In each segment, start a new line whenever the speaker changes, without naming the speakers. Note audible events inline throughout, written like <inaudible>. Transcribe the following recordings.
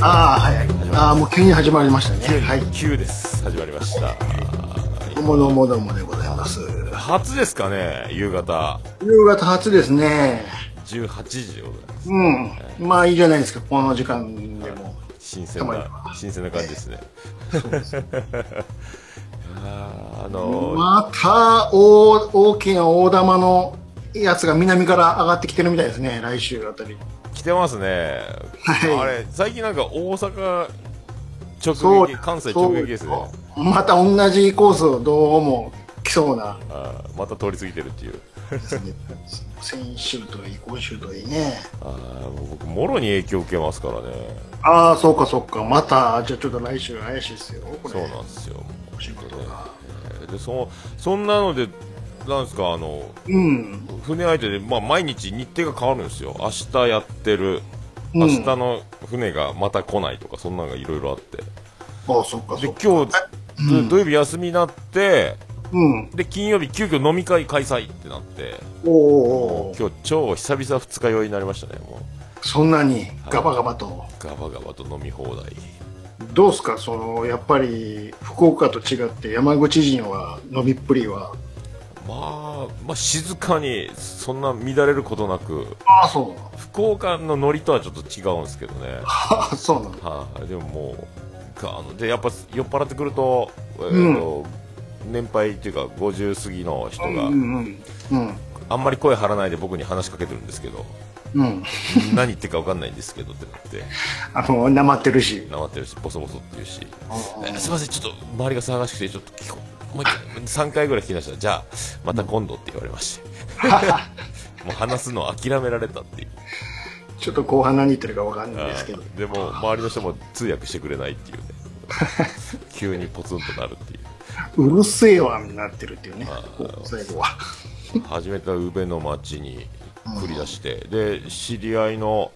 ああはいああもう急に始まりましたねはい
9です始まりました
どうもどうもどうもでございます
初ですかね夕方
夕方初ですね
18時でございます
うんまあいいじゃないですかこの時間でも
新鮮
たまに
な
は
新鮮な感じ
<laughs>
ですねあーあの
また大大きな大玉のやつが南から上がってきてるみたいですね来週あたり
来てますね、
はい
あれ最近なんか大阪
そ
直
う
撃関西直撃ですね
そうまた同じコースをどうも来そうな
あーまた通り過ぎてるっていう
ですね先週といい今週といいね
あーもう僕もろに影響受けますからね
ああそうかそうかまたじゃあちょっと来週怪しいですよこれ
そうなんですよ
お仕事が
でそそんなのでなんですかあの
うん
船相手で、まあ、毎日日程が変わるんですよ明日やってる
うん
明日の船がまた来ないとかそんなのがいろいろあって
ああそっか
で
そっか
今日土土曜日休みになって
うん
で金曜日急遽飲み会開催ってなって
おおお
今日超久々二日酔いになりましたねもう
そんなにガバガバと、
ガバガバと飲み放題
どうすかそのやっぱり福岡と違って山口人は飲みっぷりは
まあ、まあ静かにそんな乱れることなく
ああそうなの
福岡のノリとはちょっと違うんですけどね
ああそうなの
はい、でももうかあのでやっぱ酔っ払ってくると,、えーと年配っていうか50過ぎの人が、
うんうんうん
あんまり声張らないで僕に話しかけてるんですけど
うん
何言ってるか分かんないんですけどってなって
あのなまってるし
なまってるしボソボソって言うし、
うん
えーすいませんちょっと周りが騒がしくてちょっと聞こうもう一回3回ぐらい聞き出したらじゃあまた今度って言われま
<laughs>
してもう話すの諦められたっていう
ちょっと後半何言ってるかわかんないですけど
でも周りの人も通訳してくれないって
<laughs>
いうね急にポツンとなるっていう
うるせえわになってるっていうね最後は
始めた宇部の町に繰り出して、で知り合いの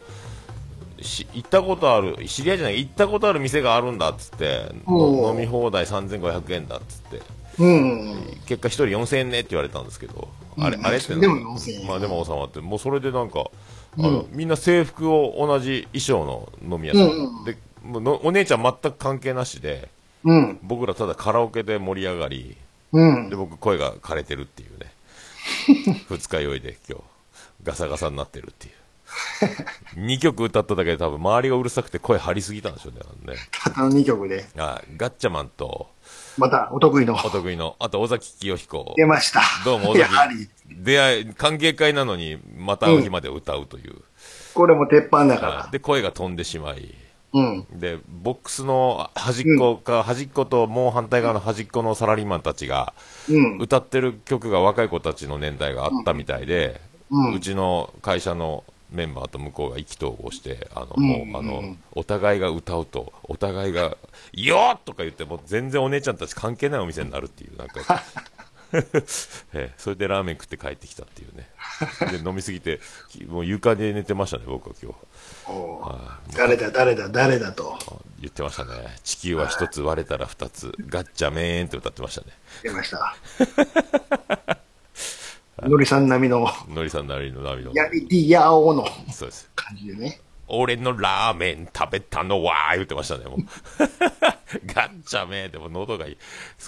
し行ったことある知り合いじゃない行ったことある店があるんだっつって
お
の
ー
飲み放題3500円だっつって
うん
結果1人4000円ねって言われたんですけど、あれ
うん
あれってな
でも4000円
まあでも収まってもうそれでなんかあの、みんな制服を同じ衣装の飲み屋さん、
うん
でもうのお姉ちゃん全く関係なしで
うん
僕らただカラオケで盛り上がり
うん
で僕声が枯れてるっていう
<laughs>
ね二日酔いで今日ガサガサになってるっていう2曲歌っただけで多分周りがうるさくて声張りすぎたんでしょうねあのね
たったの2曲で
あガッチャマンと
またお得意の
お得意のあと尾崎清彦
出ました
どうも尾
や
崎
はり
出会い歓迎会なのにまた会う日まで歌うという、
これも鉄板だ
あ
から
で声が飛んでしまい
うん
でボックスの端っこか、端っこともう反対側の端っこのサラリーマンたちが、
うん
歌ってる曲が若い子たちの年代があったみたいで、う
うん
ちの会社のメンバーと向こうが意気投合してあの、
ん
もうあのお互いが歌うとお互いが「よーとか言ってもう全然お姉ちゃんたち関係ないお店になるっていうなん
<laughs>
か。ええそれでラーメン食って帰ってきたっていうねで飲みすぎてきもう床で寝てましたね僕は今日
おー
あ
誰だ誰だ誰だと
あ言ってましたね地球は一つ割れたら二つガッチャメーンって歌ってましたね
出ました <laughs> のりさん並みの
のりさんなりの涙の
やりてやおの
そうです
感じでね
俺のラーメン食べたのは言ってましたね、もう。 <laughs> ガッチャめでも喉がいい。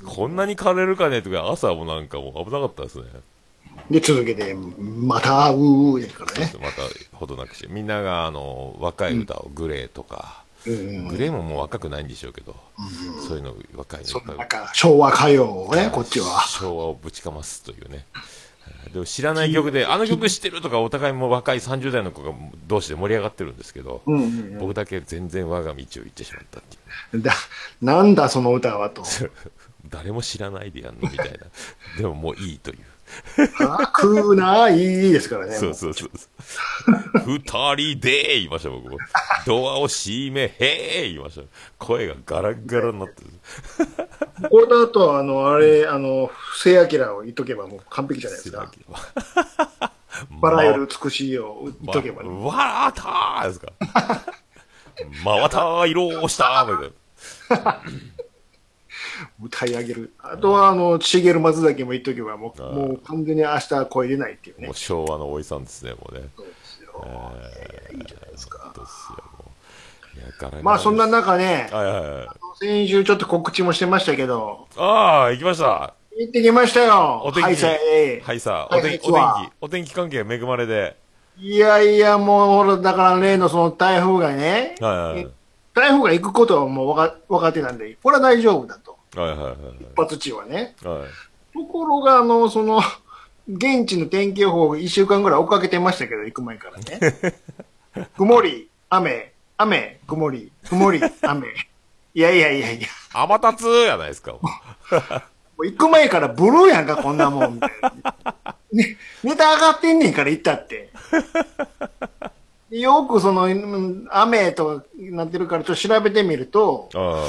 こんなに枯れるかねとか、朝もなんかもう危なかったですね。
で続けてまた会うですからね
また、ほどなくして。みんなが、あの、若い歌を、グレーとか、
うん
グレーももう若くないんでしょうけど、そういうの若いのいっ
そ
ぱ
の
い
中昭和歌謡をねこっちは
昭和をぶちかますというね。でも知らない曲で、あの曲知ってるとか、お互いも若い30代の子が同士で盛り上がってるんですけど、
んうん
僕だけ全然我が道を行ってしまったっていう。
だなんだその歌はと
誰も知らないでやんのみたいな <laughs> でももういいという
くないですからね
そうそうそうそう二人で言いました僕もドアを閉めへー言いました声がガラガラになってる
これだとあのあれあの布施明を言っとけばもう完璧じゃないですかバラより美しいを言っとけば、ね
わわらたーですか <laughs> 回った色をしたーみたいな
歌い上げるあとはあの茂松崎も言っとけばもうもう完全に明日は声出ないっていうね
もう昭和のおいさんですねもうね
そうですよいやいやいいじゃないですか
ですよもういやガラガラ
まあそんな中ね、
はいはいはい
先週ちょっと告知もしてましたけど、
ああ行きました
行ってきましたよ。
お天気
はい、さえ
はいさあ
は
お
い
天気お
実は
天気お天気関係恵まれで
いやいや、もう、ほら、だから例のその台風がね、
はいはい
台風が行くことはもうわか分かってたんで、これは大丈夫だと。
はいはいはい
一発地はね。
はいはい
ところが、あの、その、現地の天気予報を1週間ぐらい追っかけてましたけど、行く前からね。曇り、雨、雨、曇り、曇り、雨。 <laughs> いやいやいやいや。
天達やないですか
もう行く前からブルーやんか、こんなもん、みたいな。ね、ネタ上がってんねんから行ったって。よくその、うん雨とかなってるから、ちょっと調べてみると、
あ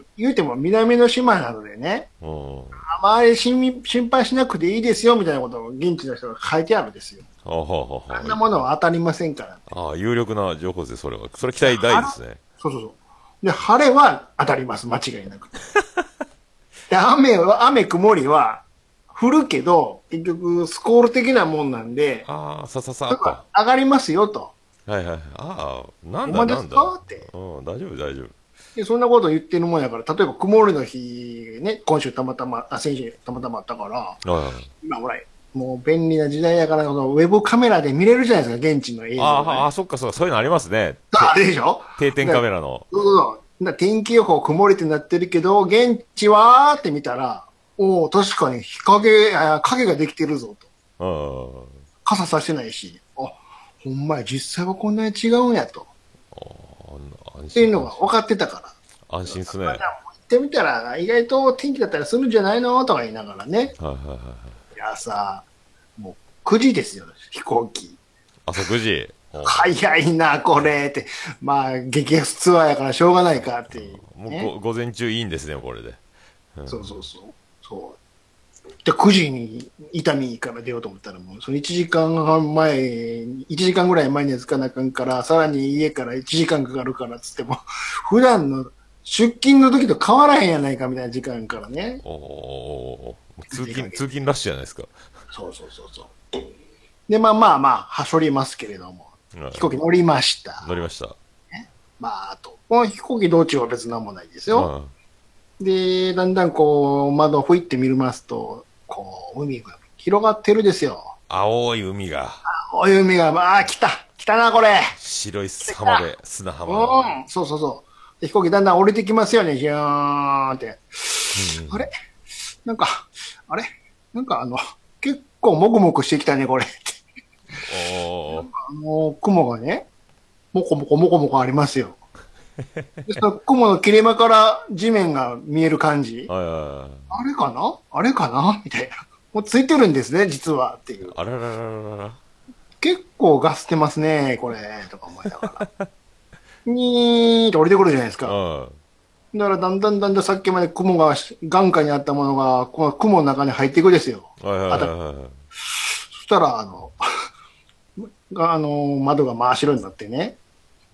あ
言うても南の島なのでね、
うん
あまり心心配しなくていいですよ、みたいなことを現地の人が書いてあるんですよ。
あははは
あんなものは当たりませんから。
ああ有力な情報ですねそれはそれ期待大ですね
そうそうそう。で、晴れは当たります、間違いなく。 <laughs> で、雨は、雨曇りは降るけど、結局スコール的なもんなんで、
ああさささっ
だ
と
から上がりますよと。
はいはい。ああ、なん
ほ
だな
んまです
んだ。
かって
うん、大丈夫大丈夫。
で、そんなこと言ってるもんやから、例えば曇りの日ね、今週たまたま、あ、先週たまたまあったから、
あ
今ほら、もう便利な時代やから、そのウェブカメラで見れるじゃないですか、現地の映像
あ、
がね、
ああ、そっかそっか、そういうのありますね。
ああれでしょ
定点カメラの。
そうそうそうな天気予報曇りってなってるけど、現地はーって見たら、おお、確かに日陰、あー影ができてるぞと。
うん。うん
傘さしてないし、あ、ほんまや、実際はこんなに違うんやと。っ
安
ていう
心
のが分かってたから。
安心っすね。
まあ
はい
じゃあもう行ってみたら、意外と天気だったらするんじゃないのとか言いながらね。
はいはいはい。
いやさ、もう9時ですよ、飛行機。
朝9時。うん
早いな、これって。まあ、激安ツアーやからしょうがないかっていう、
もう
ね。
ご午前中いいんですね、これで。
そうそうそう。そう。で、9時に伊丹から出ようと思ったら、もうその1時間半前、1時間ぐらい前には着かなあかんから、さらに家から1時間かかるからっつっても、 <laughs> 普段の出勤の時と変わらへんやないかみたいな時間からね。
おーおーおーもう通勤、通勤ラッシュじゃないですか。
そうそうそうそう。で、まあまあまあ、はしょりますけれども、
うん
飛行機乗りました。
乗りました。
まあ、あと、この飛行機道中は別なんもないです
うん
よ。で、だんだんこう、窓をふいって見ますと、こう、海が広がってるですよ。
青い海が、
おい海が、まあ、来た来たな、これ
白い浜で、砂
う
浜の。
んそうそうそう。で飛行機だんだん降りてきますよね、ジューンって。あれなんか、あれなんかあの、結構もくもくしてきたね、これ。
おー
あの、雲がね、もこもこもこもこありますよ。でその雲の切れ間から地面が見える感じ。
はいはいはい。
あれかなあれかなみたいな。もうついてるんですね、実はっていう。
あらららららら。
結構ガスってますね、これ、とか思いながら。 <laughs> にーって降りてくるじゃないですか。
うん。
だからだんだんだんだんさっきまで雲が、眼下にあったものが、この雲の中に入っていくですよ。
はいはいはいはい。
そしたら、あの、 <laughs> があの、窓が真っ白になってね。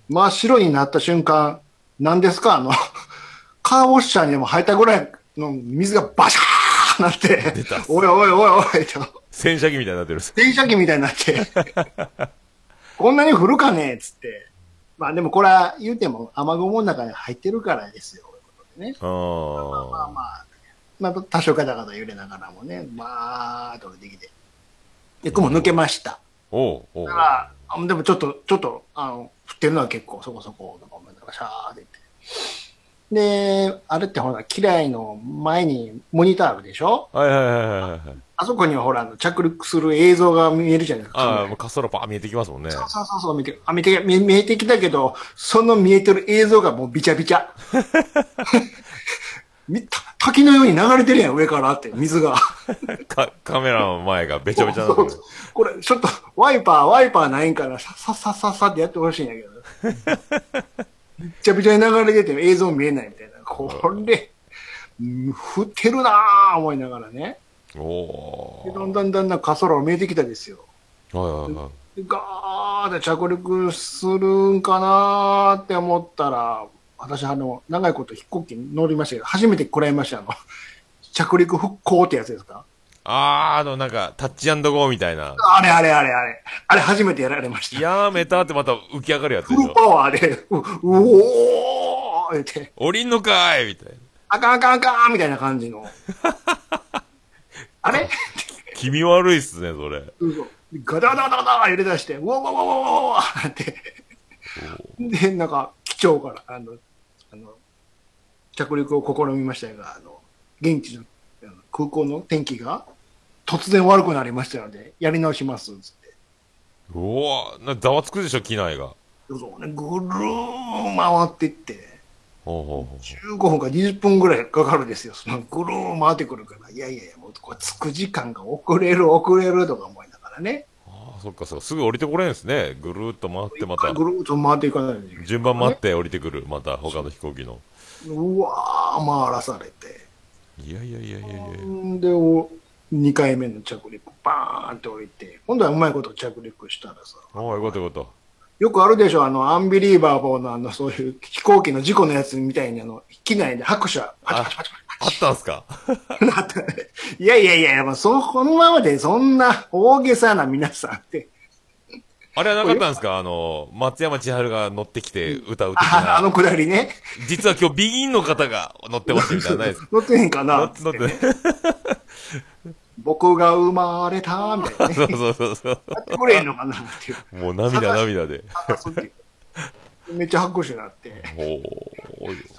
真っ白になった瞬間、何ですかあの、 <laughs> カーウォッシャーにでも入ったぐらいの水がバシャーなって
出た、
おいおいおいおいと。
洗車機みたいになってる。
電車機みたいになって、こんなに降るかねっつって。まあでもこれは言うても雨雲の中に入ってるからですよ。ね、
あ
まあ
あ。
まあ、まあ多少ガタガタ揺れながらもね、まあ、取れてきて。で、雲抜けました。
おうおう
だから、あでもちょっと、ちょっと、あの、降ってるのは結構そこそこ、なんか思いながらシャーって言って。で、あれってほら、機雷の前にモニターあるでしょ
はいはいはいはいはい。
あそこにはほら、あの着陸する映像が見えるじゃないですか。
ああ、もう滑走路パー見えてきますもんね。
そうそうそう、見て、あ、見て、見見えてきたけど、その見えてる映像がもうびちゃび
<laughs>
ちゃ。みた滝のように流れてるやん、上からって、水が。
かカメラの前がべちゃべちゃなのに。
これ、ちょっと、ワイパー、ワイパーないんから、さささささってやってほしいんやけど。びちゃびちゃに流れてて映像見えないみたいな。これ、うん降ってるなぁ、思いながらね。
お
でだ
お
んだんだんだん滑走路が見えてきたですよ。
ー。はいはいはい。
ガーって着陸するんかなーって思ったら、私、あの、長いこと飛行機に乗りましたけど、初めて食らいました、あの、着陸復興ってやつですか
あー、あの、なんか、タッチゴーみたいな。
あれあれあれあれ。あれ初めてやられました。
やーめたってまた浮き上がるやつ
フ
でし
ル
ょ。
パワーで、う、うおーって、
降りんのかーいみたいな。
あかんあかんあかんみたいな感じの。あれ
気味悪いっすね、それ。
ガダガダガダガダ揺れ出して、うわうわうわうわうわって。で、なんか、機長から、あの、あの、着陸を試みましたが、あの、現地のあの空港の天気が突然悪くなりましたので、やり直します、つって。
うわーなざわつくでしょ、機内が。
そうそうね、ぐるーん回っていって、
ほうほうほう
15分か20分ぐらいかかるですよ。そのぐるーん回ってくるから、いやいやいや、もうこれ着く時間が遅れる遅れるとか思いながらね。
あーそっかそっか。すぐ降りてこれんですね。ぐるーっと回ってま
ぐ
た。
るーっと回っていかないといけない
順番待って降りてくる。また、他の飛行機の。
うわー、回らされて。
いやいやいやいやいや。
で、お2回目の着陸、バーンって降りて、今度はうまいこと着陸したらさ、
おーよかったよかっ
よくあるでしょ、あの、アンビリーバーボーのあの、そういう飛行機の事故のやつみたいに、あの、機内で拍手は、パチパチパチ
た。あったんす
<laughs>
か
パチなって、いやいやいや、まあ、そこのままでそんな大げさな皆さんって、
あれはなかったんですかあの、松山千春が乗ってきて歌う的
あ
な。
あのくだりね、
実は今日ビギンの方が乗ってますみたいな。ないで
<laughs>
す
乗ってへん
乗
かな
っ、乗ってない。
僕が生まれた、みたい
そ
な、ね、
うそうそうそう。
やってくれへんのかなっていう、
もう涙涙で。
話すっていうめっちゃ拍手になって、
おー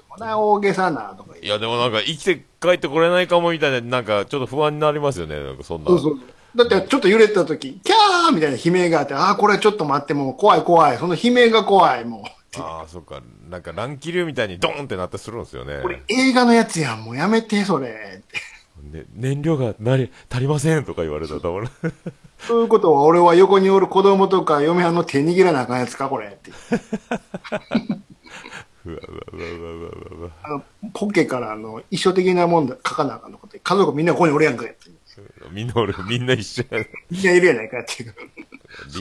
こんな大げさな、とか言って
いや、でもなんか生きて帰ってこれないかもみたいな、なんかちょっと不安になりますよね。なんかそんな。
そうそうそう。だってちょっと揺れてた時、キャーみたいな悲鳴があって、ああ、これちょっと待って、もう怖い怖い。その悲鳴が怖い、も
ああ、そっか。なんか乱気流みたいにドーンってなってするんですよね
う。こ。れ映画のやつやん、もうやめて、それ。って
ね、燃料がなり足りませんとか言われたらたまらん
そういうことは、俺は横におる子供とか嫁はんの手握らなあかんやつか、これ。って
うわうわうわうわうわうわ。
あのポッケからあの遺書的なもんだ書かなあかんのことで家族みんなここにおるやんかやって。
みんな俺、みんな一緒や。
みんないるやないかっていう。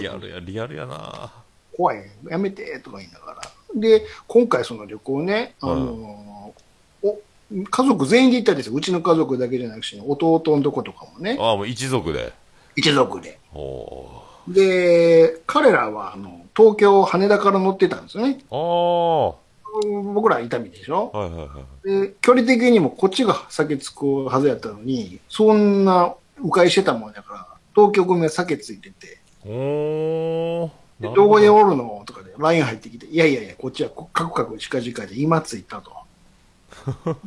リアルや、リアルやな
怖い、やめてとか言いながら。で、今回その旅行ね、あのお家族全員で行ったんですよ。うちの家族だけじゃなくて、弟のとことかもね、
ああ、もう一族で。
一族で。
お
で、彼らはあの東京、羽田から乗ってたんですよね。
ああ、は
僕らは伊丹でしょ
い。はいはい。
で、距離的にもこっちが先着くはずやったのに、そんな迂回してたもんだから、東京組は先ついてて、
おー。
で
なる
ど
ほ
こに
ど
おるのとかで LINE 入ってきて、いやいやいや、こっちはカクカク近々で今着い
<laughs>
たと。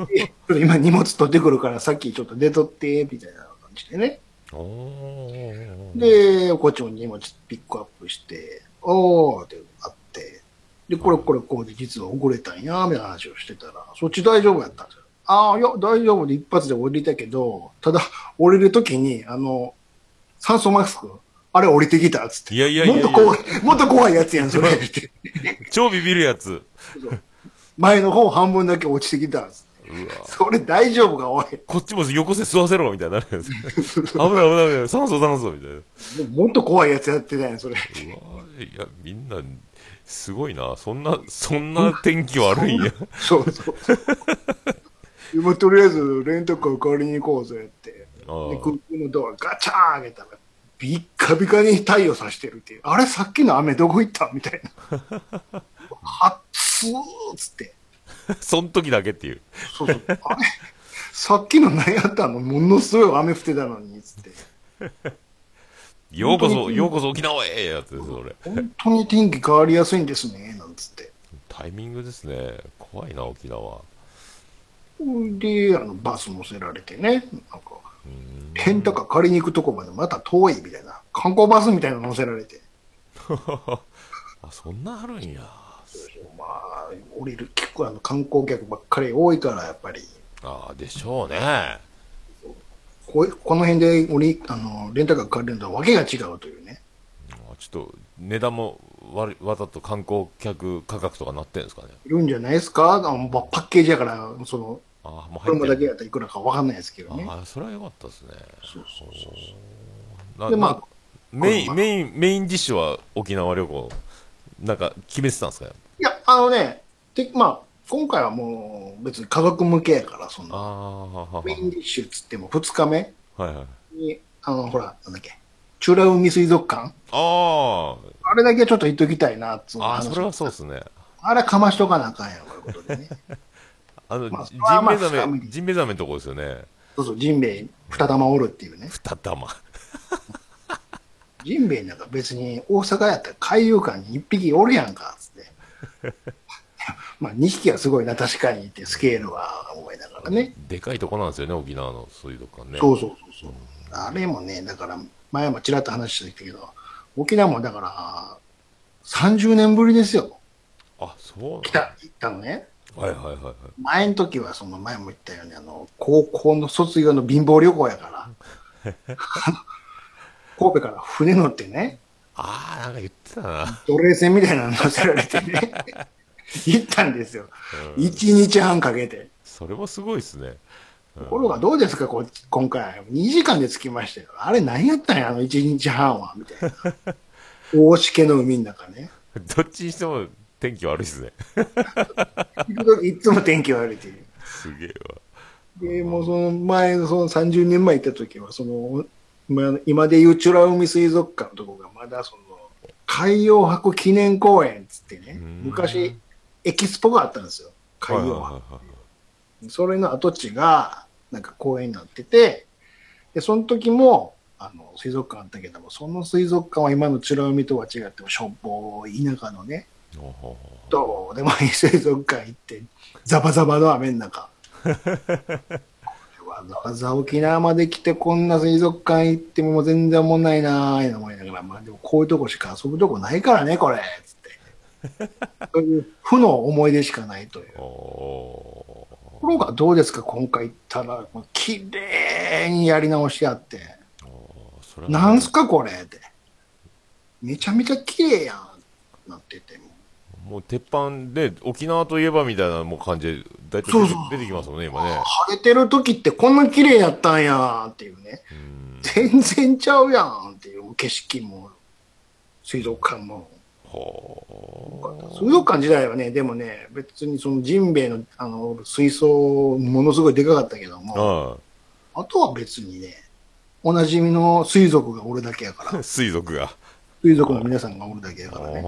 でちょっと今荷物取ってくるからさっきちょっと出とって、みたいな感じでね。
おー。
で、こっちも荷物ピックアップして、おーってあって、で、これこれこうで実は遅れたんや、みたいな話をしてたら、そっち大丈夫やったんですよ。ああ、いや、大丈夫で一発で降りたけど、ただ、降りるときに、あの、酸素マスク、あれ降りてきたっつって。
いやいやいやいや
もっと怖い、もっと怖いやつやん、それ。って
超ビビるやつ。
前の方半分だけ落ちてきたっつって。
うわ。
それ大丈夫か、おい。
こっちも横背吸わせろみたいになるやつ。
<laughs>
危ない危ない危ない。酸素酸素みたいな。
でももっと怖いやつやってたやん、それ。
うわいや、みんな、すごいな。そんな、そんな天気悪いんや。
そ
<laughs>
うそう。今とりあえずレンタカー借りに行こうぜって。で
あ
空
ー
港のドアガチャーン開けたら、ビッカビカに太陽さしてるっていう。あれさっきの雨どこ行ったみたいな。
<laughs>
暑ーっつって。
そん時だけっていう。
そうそう。あれさっきの何やったのものすごい雨降ってたのに、つって。
ようこ
本当
そ、
に
ようこそ沖縄へやつです、それ。
本当に天気変わりやすいんですね、なんつって。
タイミングですね。怖いな、沖縄。
で、あの、バス乗せられてね、なんか、レンタカー借りに行くとこまでまた遠いみたいな、観光バスみたいなの乗せられて、
<laughs> あ、そんなあるんや。
まあ、降りる、結構あの、観光客ばっかり多いから、やっぱり、
ああ、でしょうね。
こうこの辺で降り、あの、レンタカー借りるのとはわけが違うというね。
あちょっと、値段もわりわざと観光客価格とかなってるんですかね。
いるんじゃないですかあのまあパッケージやから、その、
ああ、もう
これ
入
も
っ
だ
て
け
る。
やったらいくらかわかんないですけどね。
ああ、それは良かったですね。
そうそうそうそ
な
う。で、ま
な
あ、
メイ
こ
ン、
の
メイン、メインディッシュは沖縄旅行、なんか決めてたんですかよ。
いや、あのね、てまあ、今回はもう、別に家族向けやから、その、
ああ、ははは
メインディッシュっつっても2日目
はいはい。
に、あの、ほら、なんだっけ、チュラ海水族館
あ
あれだけちょっと言っときたいな、つう
あ、あー
話
それはそうですね。
あれかましとかなあかんやろ、こういうことで
<laughs>
ね。
あの、
まあ
ジ
まあ
ン
まあ
ベエザ
深
メ、
い
ジンベエザメのとこですよね。
そうそう、ジンベエ、二玉おるっていうね。
二玉。
ジンベエなんか別に大阪やったら海遊館に一匹おるやんか、つって。
<laughs>
まあ、二匹はすごいな、確かにって、スケールは思いながらね。
でかいとこなんですよね、沖縄の水族館ね。
そうそうそうそう。あれもね、だから、前もちらっと話してたけど、沖縄もだから、30年ぶりですよ。
あ、そう
来た、行ったのね。
はいはいはいはい。
前の時は、その前も言ったように、あの、高校の卒業の貧乏旅行やから、
<laughs>
神戸から船乗ってね、
ああ、なんか言ってたな。
奴隷船みたいなの乗せられてね、
<laughs>
行ったんですよ。
うん
1日半かけて。
それもすごいですね。うん
ところがどうですか、こう今回。2時間で着きましたよ。あれ何やったんや、あの1日半は、みたいな。
<laughs>
大しけの海の中ね。
どっちにしても天気悪いですね。
いつも天気悪いっていう。
すげえわ。
で、もうその前、その30年前行った時は、その、ま今でいうチュラ海水族館のとこがまだその、海洋博記念公園っつってね
うん、
昔、エキスポがあったんですよ。海
はい
洋
はい
博
は。いはい
それの跡地が、なんか公園になってて、で、その時も、あの、水族館あったけども、その水族館は今の美ら海とは違っても、しょっぽい田舎のね、
おほほ
どうでもいい水族館行って、ザバザバの雨の中。わざわざ沖縄まで来てこんな水族館行っても全然おもんないなーい思いながら、まあでもこういうとこしか遊ぶとこないからね、これ、つって。そういう負の思い出しかないという。
お
ところがどうですか、今回行ったら、もう綺麗にやり直しあって、
ーおーそれは
なんすかこれって、めちゃめちゃ綺麗やんなってて、も
もう鉄板で沖縄といえばみたいなもう感じで大体
そうそう
出てきますもんね今ね
晴れてる時ってこんな綺麗やったんやっていうね、
うん
全然ちゃうやんっていう景色も、水族館も。
ほ
水族館時代はね、でもね、別にそのジンベエのあの水槽、ものすごいでかかったけど
う
も、
あ
あとは別にね、おなじみの水族が俺だけやから。
あ水族が
水族の皆さんがおるだけだか
ほ
ら
うほう
ね。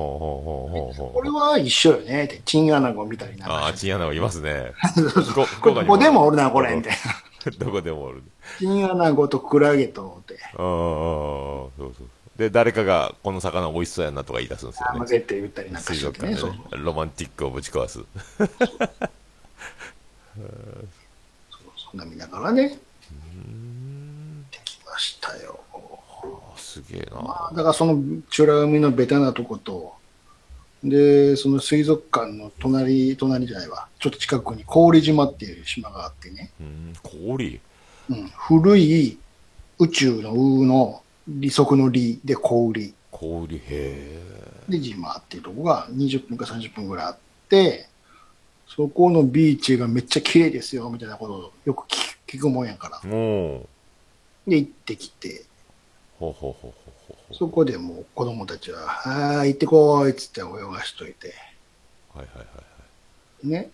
ほうほうほ
これ
う
は一緒よね。って、チンアナゴ見たりなん
あ
か
あ
して。
チンアナゴいます
<laughs>
ね福
こ
福岡
れ
に
ここでもおるな、これ、みたいな。
<laughs> どこでもおる
チンアナゴとクラゲと、って、
ああそうそうで誰かがこの魚美味しそうやなとか言い出すんですよね
混ぜて言ったりなんか
水
し
族
てね。
館
そ
で
う
ねロマンティックをぶち壊す
そうそんな見ながらね。できましたよ。
あすげえ
ま
な
あ、だからその、チュラ海のベタなとこと、で、その水族館の隣、隣じゃないわ。ちょっと近くに氷島っていう島があってね。
うん氷
うん。古い宇宙のうの利息の利で氷。
氷へえ
で、ジマーっていうとこが20分か30分ぐらいあって、そこのビーチがめっちゃ綺麗ですよ、みたいなことをよく聞く聞くもんやから。
もう
で、行ってきて、
ほうほうほうほうほうほ
そこでもう子供たちは、はーい、行ってこーいっつって泳がしといて、
うはいはい <laughs> はいはい
ね。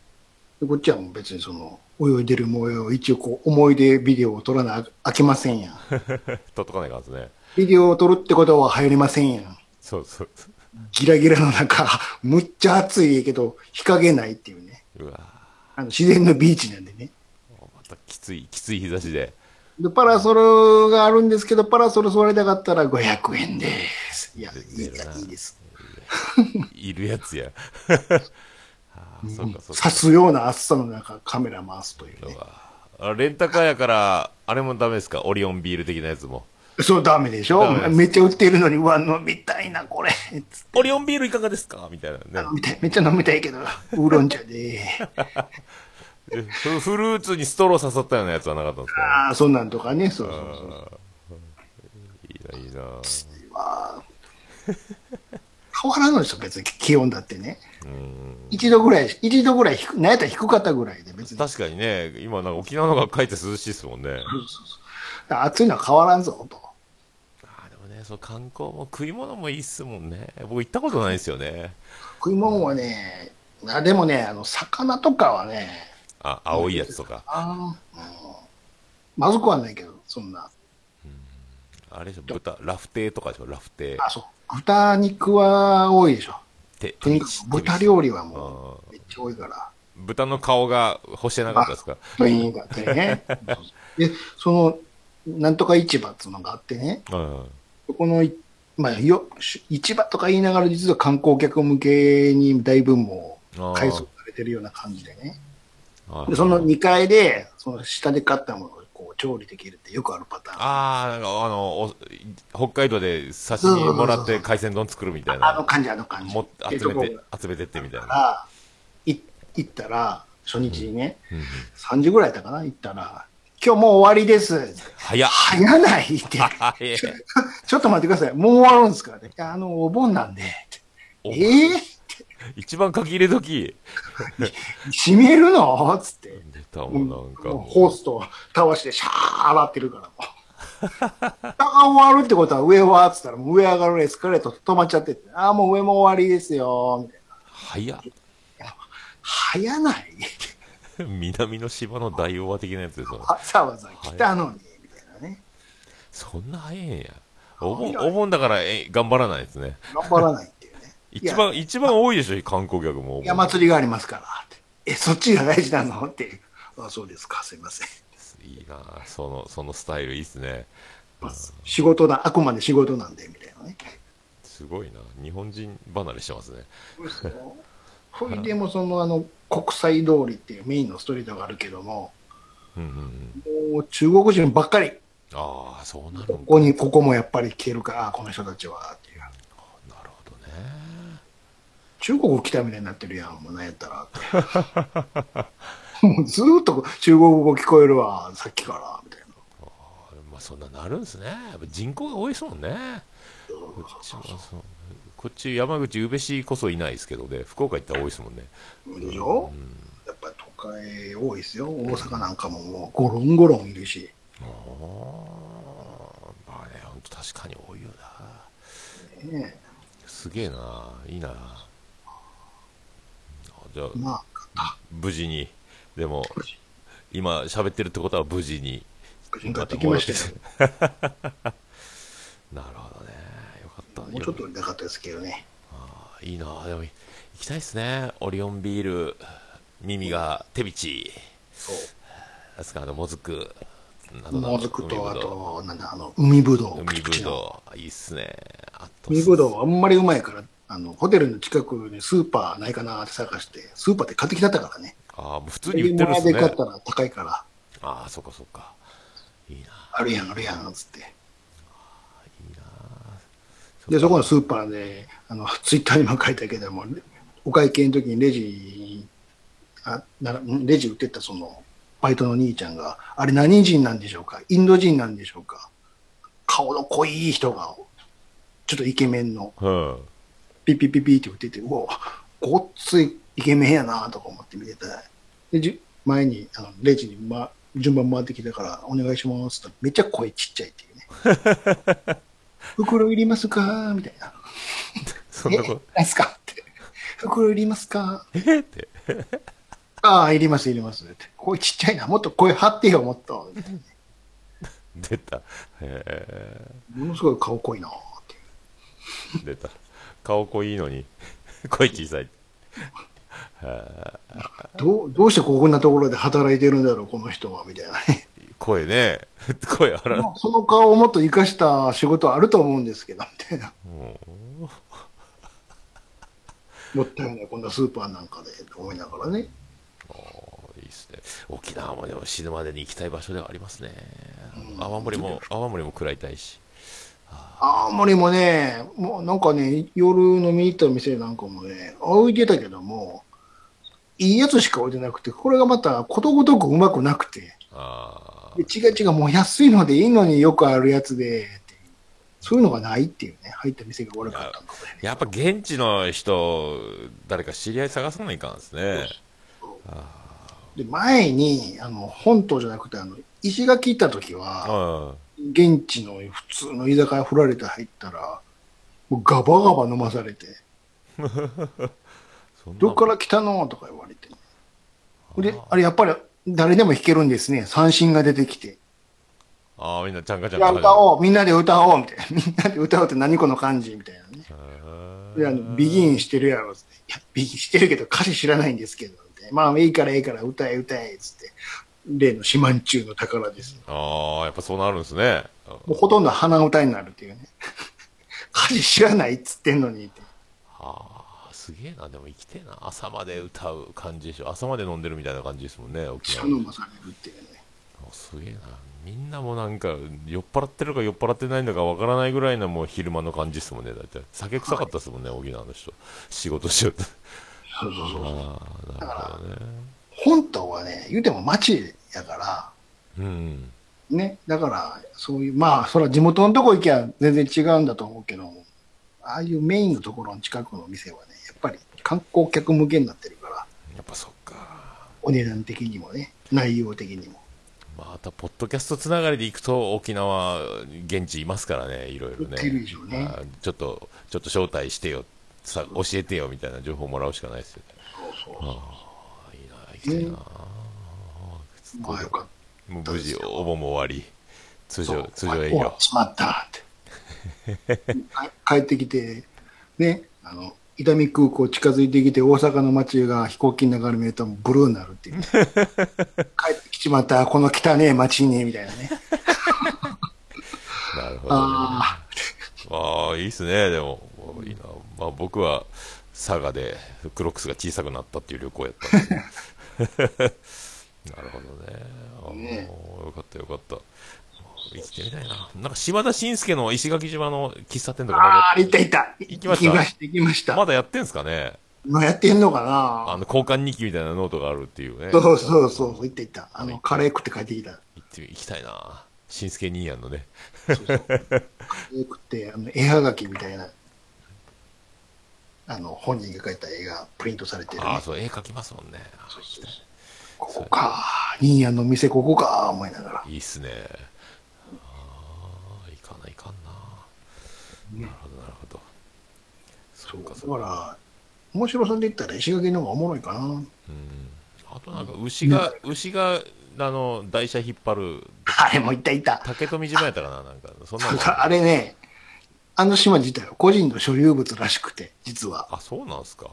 でこっちはもう別にその、泳いでる模様を一応こう、思い出ビデオを撮らなああきませんやん。
取っとかないかんですね。
ビデオを撮るってことは入れませんやん。
そうそう。
ギラギラの中、むっちゃ暑いけど、日陰ないっていうね。
うわ
あの自然のビーチなんでね。
ぁまたきつい、きつい日差しで。
で、パラソルがあるんですけど、パラソル座りたかったら500円です。いや、いいかいいです。
いるやつや。 <laughs> あーそうかそうか
刺すような暑さの中、カメラ回すというね
う。わあ。レンタカーやから、あれもダメですかオリオンビール的なやつも。
そう、ダメでしょ
ダメです
めっちゃ売ってるのに、うわ、飲みたいな、これ。つって
オリオンビールいかがですかみたいなね
飲みたい。めっちゃ飲みたい <laughs> けど、ウーロン茶で。
でフ。 <laughs> フルーツにストロー刺さったようなやつはなかったんですか
ああ、そんなんとかね。そうそうそう。
いいな、いいな
わー変わらんのですよ、別に気温だってね。一度ぐらい、一度ぐらい低、なんやったら低かったぐらいで、別に。
確かにね、今なんか沖縄の方が書いて涼しいですもんね。
暑いのは変わらんぞ、と。
あーでもね、その観光も食い物もいいっすもんね。僕行ったことないですよね。
食い物はね、あでもね、あの魚とかはね、
あ、青いやつとか。
あーうんまずくはないけど、そんな。
あれでしょ、豚、ラフテーとかでしょ、ラフテー。
あ、そう。豚肉は多いでしょ。
て
とにかく豚料理はも
あ
うめっちゃ多いから。
ー豚の顔が干してなかったですか
といいんだって
<laughs>
ね。そうそうで、その、なんとか市場っていうのがあってね、
うん。
そこのい、まあ、よし市場とか言いながら実は観光客向けに大分も
あー
改装されてるような感じでね。
あ
でその2階で、その下で買ったものをこう調理できるってよくあるパターン。あ
あーなんかあの、お北海道で刺身もらって海鮮丼作るみたい
の
な。
感じ、あの感じ。
も
っていう
集
とこ
めて
ろ、
集めてってみたい
か
な。
ら、い行ったら、初日にね、
うん
3時ぐらいだったかな、行ったら、今日もう終わりです。
早っ。
早ないって。
早い。
ちょっと待ってください。もう終わるんですからね。いやあの、お盆なんで。
お
ええ
一番書き入れ時。
閉めるのつって。
出たもん、なんか。
もうホースと倒してシャー洗ってるからもう。下が終わるってことは上はつったら、もう上上がるエスカレート止まっちゃってて、ああ、もう上も終わりですよ、みたいな。
早っ。 <laughs>
早ない。
南の島の大王的なやつですよ
わざわざ来たのに、みたいなね。
そんな早いんや。お盆、
早い
お盆だから、え、頑張らないですね。
頑張らないっていう
<laughs>
ね。
一番、一番多いでしょ、観光客も。お盆
いや、祭りがありますからって。え、そっちが大事なのっていう。あそうですか、すいません。
いいなその、そのスタイルいいっすね。
仕事だ、あくまで仕事なんで、みたいなね。
すごいな日本人離れしてますね。
そうですよ <laughs> ほいでもそのあの国際通りっていうメインのストリートがあるけども、
うんうんうん。
もう中国人ばっかり、
ああ、そうなるんだ。
ここに、ここもやっぱり来てるから、あこの人たちはっていう。
なるほどね。
中国来たみたいになってるやん、もうなんやったらって。 <laughs> もうずーっと中国語聞こえるわ、さっきから、みたいな。
あーまあ、そんななるんですね。やっぱ人口が多いですもんね。こっちもそう。こっち山口宇部市こそいないですけどね、福岡行ったら多いですもんね。
でしょ、やっぱり都会多いですよ。大阪なんかももうゴロンゴロンいるし。
ああ、まあね、本当確かに多いよな。
ね
すげえな、いいな。あじゃあ、
まあ、
無事に。でも、今喋ってるってことは無事に。
買ってきましたよ。
なるほどね。よかった。
もうちょっと売りたかったですけどね。
あーいいな。でも、行きたいですね。オリオンビール、耳が手びち、
そう
あすか、あの、もずく、などなど
もずくと、
海
あ
ぶどう
と、なんだ、あの、海ぶどう。
海ぶ
口々の
どう。いいっすね。あと、
海ぶどうはあんまりうまいから、あの、ホテルの近くにスーパーないかなって探して、スーパーで買ってきたったからね。
ああ、もう普通に売ってるっす
で買
ね
っ。たら高いから、
ああ、そっかそっか。いいな。
あるやん、あるやん、つって。
いいな。
で、そこのスーパーで、あの、ツイッターにも書いたけども、お会計の時にレジに、あならんレジ売ってったその、バイトの兄ちゃんが、あれ何人なんでしょうかインド人なんでしょうか顔の濃い人が、ちょっとイケメンの、
うん。
ピッピッピッピッって打ってて、うわ、ごっついイケメンやなとか思って見てて、で、じゅ前に、あの、レジに、ま、順番回ってきたから、お願いしますって言ったらめっちゃ声ちっちゃいっていうね。
<laughs>
袋いりますかみたいな。
そん
え
なこ
何すかって。袋いりますか
と、えって。
ああ、いります、いります。って。声ちっちゃいな。もっと声張ってよ、もっと。みたいな
出た。へ
ものすごい顔濃いなっていう。
え。出た。顔濃いのに、声小さい。
どう、どうしてこんなところで働いてるんだろう、この人は、みたいなね。
声ね。声あら
もう <laughs> その顔をもっと活かした仕事あると思うんですけど、 <laughs> みたいな。
うん
もったいない、こんなスーパーなんかで、と思いながらね。
いいですね。沖縄もでも死ぬまでに行きたい場所ではありますね。泡盛も、泡盛も食らいたいし。
青森もね、もうなんかね、夜飲みに行った店なんかもね、置いてたけども、いいやつしか置いてなくて、これがまたことごとくうまくなくて、
あ
で違う違う、もう安いのでいいのによくあるやつで、っていうそういうのがないっていうね、入った店が悪かったんだね。
あ。やっぱ現地の人、誰か知り合い探さないかんですね。
で、前に、あの、本島じゃなくて、あの、石垣行った時
う
は、
ん。
現地の普通の居酒屋振られて入ったら、もうガバガバ飲まされて、
そんな
どっから来たのとか言われて。で、あれやっぱり誰でも弾けるんですね。三振が出てきて。
ああ、みんなちゃんかちゃん
じゃ
か。
あ歌おう、みんなで歌おう、みたいな。 <laughs> みんなで歌おうって何この感じみたいなね。
はい
であのビギンしてるやろっつって。いや、ビギンしてるけど歌詞知らないんですけど、みたいな。まあ、いいからいいから歌え歌え、つって。例の島ん中の宝ですよ。
ああ、やっぱそうなるんですね。
もうほとんど鼻歌になるっていうね。 <laughs> 歌詞知らないっつってんのにって。
ああ、すげえな。でも生きてえな。朝まで歌う感じでしょ。朝まで飲んでるみたいな感じですもんね、沖
茶
縄。
飲まされるっていうね。
すげえな。みんなもなんか、酔っ払ってるか酔っ払ってないのかわからないぐらいのもう昼間の感じですもんね、大体。酒臭かったですもんね、沖縄の人。仕事しようと。
そうそうそう。
ああ、なるほどね。
本島はね、言うても町やから、
うん。
ね、だから、そういう、まあ、そら地元のとこ行きゃ全然違うんだと思うけども、ああいうメインのところの近くのお店はね、やっぱり観光客向けになってるから、
やっぱそっか。
お値段的にもね、内容的にも。
また、ポッドキャストつながりで行くと、沖縄、現地いますからね、いろいろね。
いるでしょうね
あーちょっと、ちょっと招待してよ、さ教えてよみたいな情報もらうしかないですよね。
そう
ああ、いいな、行きたいな。
まあよかっ
もう無事、お盆も終わり。通
た。
常、通常
あ
営
終わ
業
っ。ちまったって。 <laughs> 帰ってきて、ね、あの、伊丹空港近づいてきて大阪の街が飛行機の中に見えたらもうブルーになるっ
<laughs>
ていう。帰ってきちまった、この汚ねえ街に、みた
<laughs>
いなね。
なるほど、ね。
あ
ああ、いいっすね、でも、いいな、まあ、僕は佐賀でクロックスが小さくなったっていう旅行やったん
<laughs>
で、なるほどね、
ね
ああよかった、よかった、生きてみたいな、なんか島田紳介の石垣島の喫茶店と
あ、あ
か
あ、行った行った。
行きました
行きました、行きまし
まだ、ま
た。
だやってんすかね、
今やってんのか
あ
な
の交換日記みたいなノートがあるっていうね、
そうそうそう、行った行った。あの、カレー食って帰ってきた。
行って行きたいな、紳介兄やんのね、
よくて、あの、絵はがきみたいな、あの、本人が描いた絵がプリントされてる、
ああ、
ね。
そう、絵描きますもんね、ああ行きたい
ここか、ニーヤの店ここか、思いながら。
いいっすね。ああ、いかないかんな。なるほど、なるほど。そうか、
だ
そうか。
から、面白さで言ったら石垣の方がおもろいかな。
うん。あとなんか、牛が、牛が、あの、台車引っ張る、
あれもいたいた。
竹富島やったかな、なんか、そんな
なん
の。
<laughs> かあれね、あの島自体は個人の所有物らしくて、実は。
あ、そうなんすか。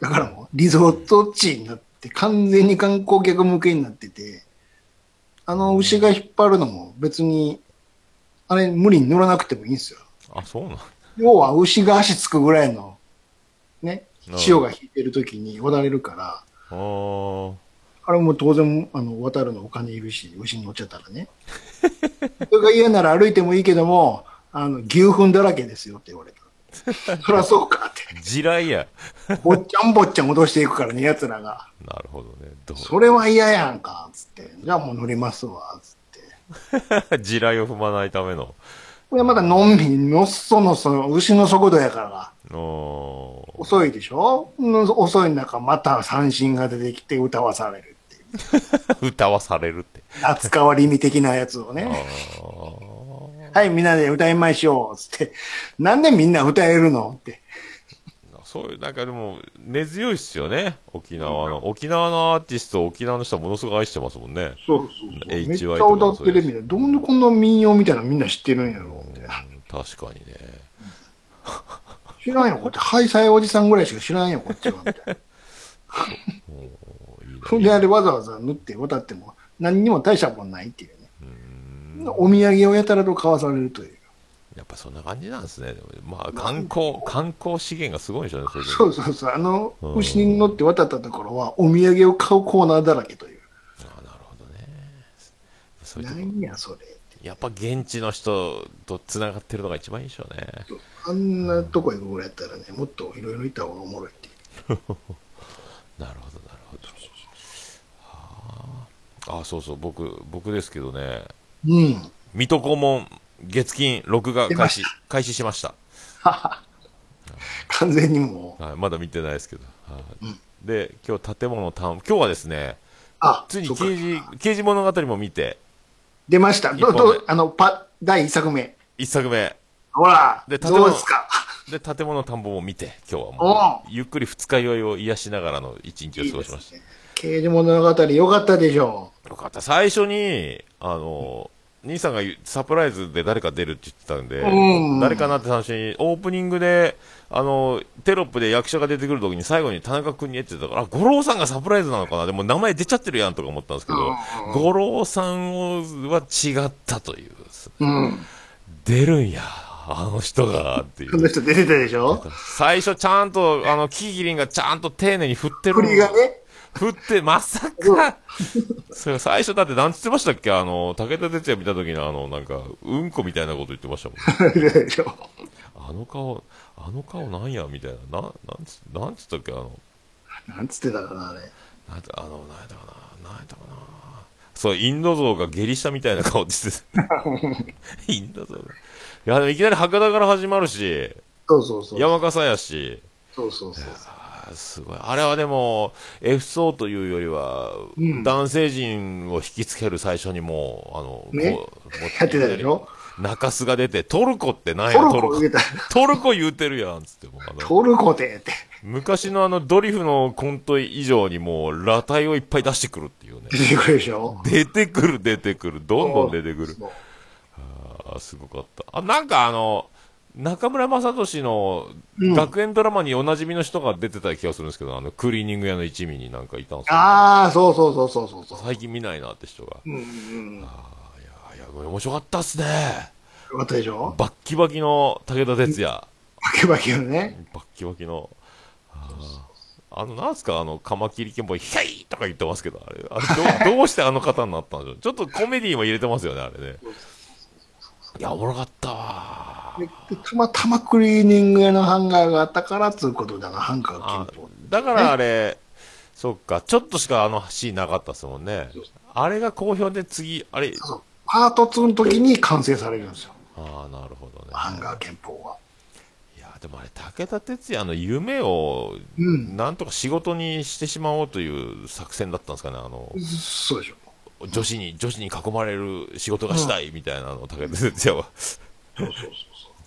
だからもう、リゾート地になって、完全に観光客向けになってて、あの牛が引っ張るのも別に、あれ無理に乗らなくてもいいんですよ。
あ、そうなん。
要は牛が足つくぐらいの、ね
うん、
潮が引いてる時に渡れるから、
あー
あれも当然、あの、渡るのお金いるし、牛に乗っちゃったらね。 <laughs> それが嫌なら歩いてもいいけども、あの、牛糞だらけですよって言われた。 <laughs> そりゃそうかっ
地雷や。
て。ぼっちゃんぼっちゃん脅していくからね、奴らが。
なるほどね。どう
それは嫌やんか、つって。じゃあもう乗りますわ、つって。
<laughs> 地雷を踏まないための。
これまだのんびり、のっそのそ、牛の速度やから、
おー
遅いでしょの遅い中、また三振が出てきて歌わされるっていう。
歌わされるって。
夏川りみ的なやつを
あ
ね。
ー
はい、みんなで歌いましょう、つって。なんでみんな歌えるのって。
そういう、なんかでも、根強いっすよね、沖縄の。沖縄のアーティスト、沖縄の人はものすごい愛してますもんね。
そう
そう
めっち
HY
ゃ歌ってるみたいな。どんでこんな民謡みたいなのみんな知ってるんやろみたいな。
確かにね。
知らんよ、こっち。ハイサイおじさんぐらいしか知らんよ、こっちは。みたいな。
いいね
それであれわざわざ縫って渡っても何にも大したもんないっていうね。
うん
お土産をやたらと買わされるという。
やっぱそんな感じなんですね。でもまあ、観光、観光資源がすごいんでしょうね、それで。
そうそうそう。あの
うん、
牛に乗って渡ったところは、お土産を買うコーナーだらけという。
ああなるほどね。そういうとこ
何や、それって。
やっぱ現地の人と繋がってるのが一番いいでしょうね。
あんなとこ行くぐらいやったらね、もっといろいろいた方がおもろいっていう。
なるほど、なるほど。はあ。あ、そうそう、僕、僕ですけどね、
うん。
水戸黄門月金録画開始
出ま
開始しました、
完全にもう。
はい、まだ見てないですけど、はいで今日建物たん今日はですね
あ、
つい
そ
に
うか
刑事刑事物語も見て
出ました。ど
一本目
どあの、パ、第1作目。
一作目
ほら、
で
どうですか。
で建物田んぼも見て今日はもうゆっくり二日酔いを癒しながらの一日を過ごしました
いいですね刑事物語良かったでしょ
よかった最初にあの、兄さんが言うサプライズで誰か出るって言ってたんで、
うん
誰かなって話に、オープニングで、あの、テロップで役者が出てくるときに最後に田中君にって言ってたから、あ、五郎さんがサプライズなのかなでも名前出ちゃってるやんとか思ったんですけど、五郎さんをは違ったという。
うん。
出るんや、あの人が、ってい
この <laughs>
う。
人出てたでしょ
最初ちゃんと、あの、キーギリンがちゃんと丁寧に振ってる。
振りがね。 <laughs>
振って、まさか、それ最初だって何つってましたっけあの、武田鉄矢見た時のあの、なんか、うんこみたいなこと言ってましたもん。
出てたでしょ
あの顔、あの顔なんやみたいな。な、なんつ、なんつったっけあの、
なんつってたかな、あれ。
なんてあの、なんやったかななんやったかなそう、インド像が下痢したみたいな顔してて
<laughs>
インド像が。いや、でもいきなり博多から始まるし、
そうそうそう。
山笠やし、
そうそうそう。
あーすごい。あれはでも、F 層というよりは、
うん
男性陣を引きつける最初にもう、あの、
ね
こうもう
やってたでしょ
中洲が出て、トルコってなんや、ト
トル
ル
コ
コ <laughs>
受。けた。
トルコ言うてるやん、つってもうあ
<laughs>
の。
トルコでって。
昔のあのドリフのコント以上にもう、裸体をいっぱい出してくるっていうね。
出てくるでしょ
出てくる、出てくる。どんどん出てくる。
そう
ああ、すごかった。あ、なんかあの、中村雅俊の
うん
学園ドラマにおなじみの人が出てた気がするんですけど、あの、クリーニング屋の一味になんかいたんですよ。
ああ、そうそうそうそうそうそう。
最近見ないなって人が。
うんうんうん。よか
あいや、これ面白かったっすね。
ったでしょ
バッキバキの武田鉄矢。
バキバキのね。
バッキバキの。あーあの、なんすか、あの、カマキリケンボイ、ヒャイとか言ってますけど、あれ、あれ
<laughs>
どうどうしてあの方になったんでしょう。ちょっとコメディーも入れてますよね、あれね。いや、おもろかったわ。
ででたまたまクリーニング屋のハンガーがあったから、つうことだな、ハンガー
あ
を切ると。
だからあれ、そっか、ちょっとしかあのシーンなかったですもんね
そうそ。
あれが好評で次、あれ、
そうパート2の時に完成されるんですよ。
ああ、なるほどね。
ハンガー憲法は。
いや、でもあれ、武田鉄矢の夢を、
うん
なんとか仕事にしてしまおうという作戦だったんですかね、あの、
そうでしょ。
女子に、女子に囲まれる仕事がしたいみたいなのを、武田鉄矢は。
そうそうそうそう。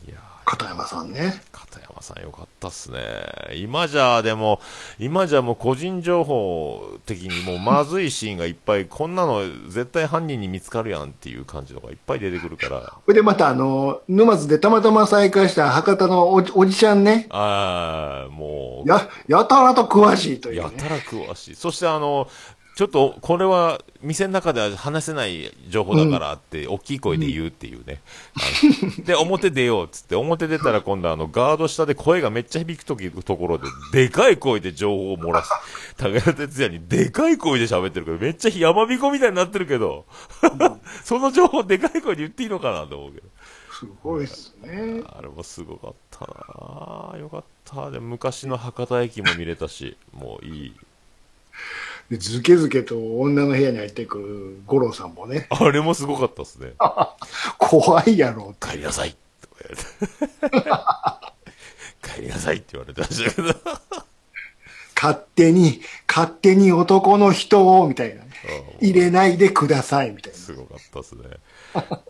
いや
片山さんね。
片山さんよかったっすね。今じゃでも、今じゃもう個人情報的にもうまずいシーンがいっぱい、こんなの絶対犯人に見つかるやんっていう感じのがいっぱい出てくるから、
それでまたあの、沼津でたまたま再会した博多のおじおじちゃんね。
ああ、も
や、やたらと詳しいと
う、
い
や
うね。
たら詳しい。そしてあの、ちょっとこれは店の中では話せない情報だからって大きい声で言うっていうね。あので、表出ようっつって、表出たら今度あのガード下で声がめっちゃ響くときところで、でかい声で情報を漏らす。武田鉄矢にでかい声で喋ってるけど、めっちゃ山彦みたいになってるけど、 <laughs> その情報でかい声で言っていいのかなと思うけど。
すごいですね。
あれもすごかったなあよかった。で、昔の博多駅も見れたし、もういい。
でずけずけと女の部屋に入ってくる五郎さんもね、
あれもすごかったですね。
怖いやろって。
帰りなさいとか言われて帰りなさいって言われてましたけどあ
勝手に、勝手に男の人を、みたいなね。
あ
入れないでください、みたいな。
すごかったですね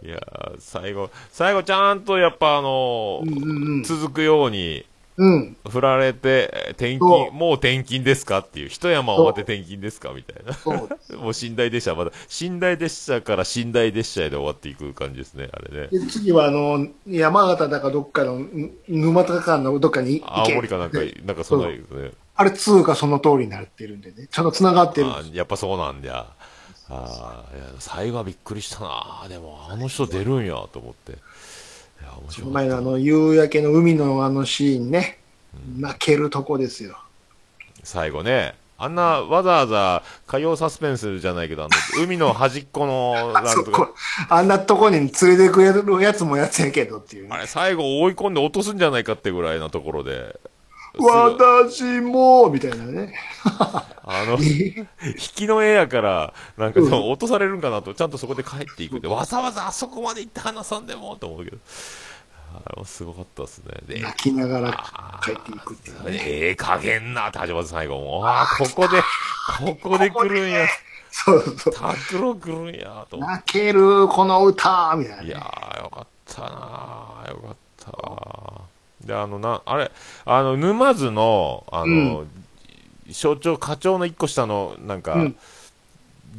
いやー最後最後ちゃんとやっぱあのー
うんうんうん
続くように
うん。
振られてえー転
そう
勤もう転勤ですかっていう一山終わって転勤ですかみたいな
そう。
もう寝台列車まだ寝台列車から寝台列車へで終わっていく感じですねあれね
で次は、あの、山形だかどっかの、ん沼田間のどっかに行
青
け。
森かなんかなんかそんなですね
あれ、2がその通りになってるんでね。ちゃんと繋がってるん
あ
です。
ーやっぱそうなんだよあーいや最後はびっくりしたなでもあの人出るんやと思っていや面
そ
白
の
かっ
前のあの、夕焼けの海のあのシーンね。泣けるとこですよ。
た最後ねあんなわざわざ火曜サスペンスじゃないけどあの海の端っこの
<laughs> あ
な
そ
んとか
こ、あんなとこに連れてくれるやつもやつやけどっていうね
あ。れ最後追い込んで落とすんじゃないかってぐらいなところで
私もみたいなね。
あ
<laughs>
の引きの絵やからなんかその落とされるんかなとちゃんとそこで帰っていくってわざわざあそこまで行って話さんでもと思うけどあれもすごかったですねで
泣きながら帰っていくっていうね。
ええ加減なって始まる最後も。ああ、ここで、ここで来るんや。
そうそう。
タクロ来るんや、と思っ
泣ける、この歌みたいな
て。
ね。
いやー、よかったなーよかったわーで、あの、な、あれ、あの、沼津の、あの、
う
所長、課長の一個下の、なんか、
うん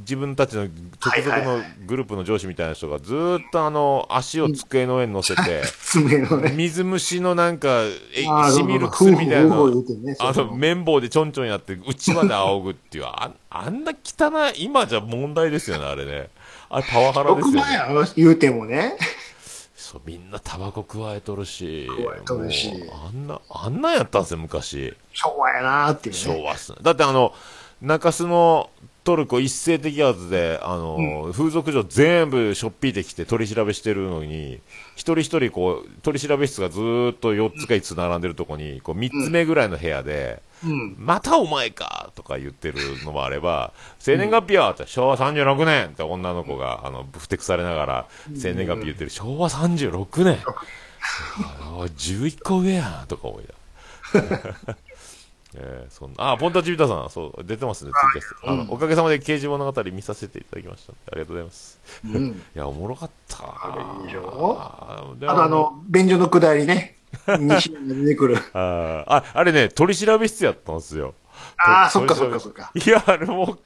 自分たちの直属
はいはい
の
はい
グループの上司みたいな人がずーっとあの足を机の上に乗せて、
爪のね。
水虫のなんか、え
あー
しみる靴みたいな
ふうふうふう言うてね
あ
そ
の、
うそう
綿棒でちょんちょんやって、うちまで仰ぐっていう、ああんな汚い、今じゃ問題ですよね、あれね。あれパワハラです
6
よ
万
ね。
やろ言うてもね。
そう、みんなタバコくわえとるし、
わえとるし
もうあんな、あんなんやったんですよ、昔。
昭和やなーっていう
昭
ね。
和っすね。だってあの、中洲のトルコ一斉摘発で、あの、風俗場全部しょっぴいてきて取り調べしてるのに、一人一人こう、取り調べ室がずーっと4つか5つ並んでるとこに、こう3つ目ぐらいの部屋で、
うん。
またお前かとか言ってるのもあれば、生年月日はって昭和36年って女の子が、あの、ふてくされながら、生年月日言ってる、昭和36年ああ !11 個上やんとか思いだ。 <laughs> えー、そんな、あ、ポンタチビタさん、そう、出てますね、ツイキャスあの、おかげさまで刑事物語見させていただきました。ありがとうございます。
うん。
いや、おもろかった。あ
れいいよ
でも
あとあの、便所のくだりね。西に出て
<laughs>
くる。
あーあ、あれね、取り調べ室やったんですよ。
ああ、そ
と
っかそっかそっか。
いや、あれも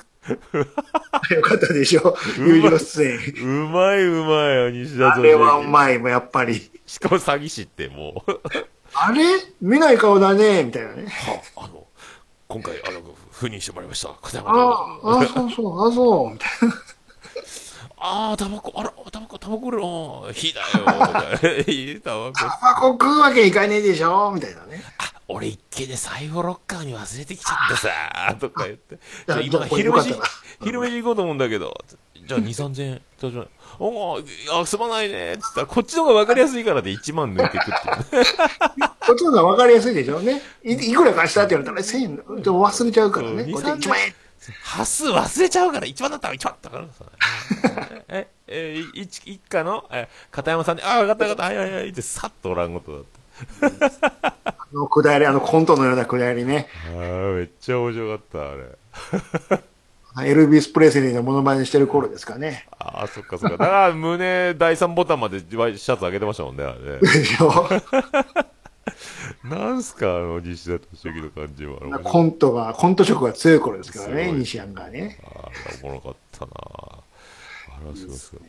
よかったでしょ。友情出演。
<laughs> う、うまいうまいよ、西田
あ
と
れはうまいもんやっぱり。
しかも詐欺師って、もう、 <laughs>
あれ見ない顔だねみたいなね。
はあの、今回、あの、赴任してもらいました。片山
あ
あ
あ、ああ、そうそう、ああ、そう。みたい
あー、タバコ、あら、タバコ、タバコ売れるの、火だよ、みたいな <laughs> いい、タバコ。
な。タバコ食うわけいかねえでしょみたいなね。
あ俺一軒で財布ロッカーに忘れてきちゃったさとか言って。じ
あ
ゃあ今
じゃあこれ
昼飯
よかっ、
昼飯行こうと思うんだけど、じゃあ2、3千円。じゃあおお、いやすまないね。つったら、こっちの方が分かりやすいからで1万抜いてくっていう。
こっちの方が分かりやすいでしょうね。いいくら貸したって言われたら、1000円、でも忘れちゃうから
うん
ね。これで
2
1万円。
端数忘れちゃうから、1万だったら1万だったからさ。え、え、い一一家の、え、片山さんで、あ、分かった分かった、はいはいはい、ってさっとおらんことだった。
あのくだり、あのコントのようなくだりね。
あーめっちゃ面白かった、あれ。
エルビス・プレスリーのモノマネしてる頃ですかね。
ああ、そっかそっか。だから、 <laughs> 胸、第3ボタンまでシャツ上げてましたもんね、あれ <laughs> ね。
でし <laughs> ょ
なんすか、あの、西田敏行の感じは。あれ面白
コントが、コント色が強い頃ですから
す
ね、
ごい
西山がね。
あーおもろかったなあれはすごいすごい。い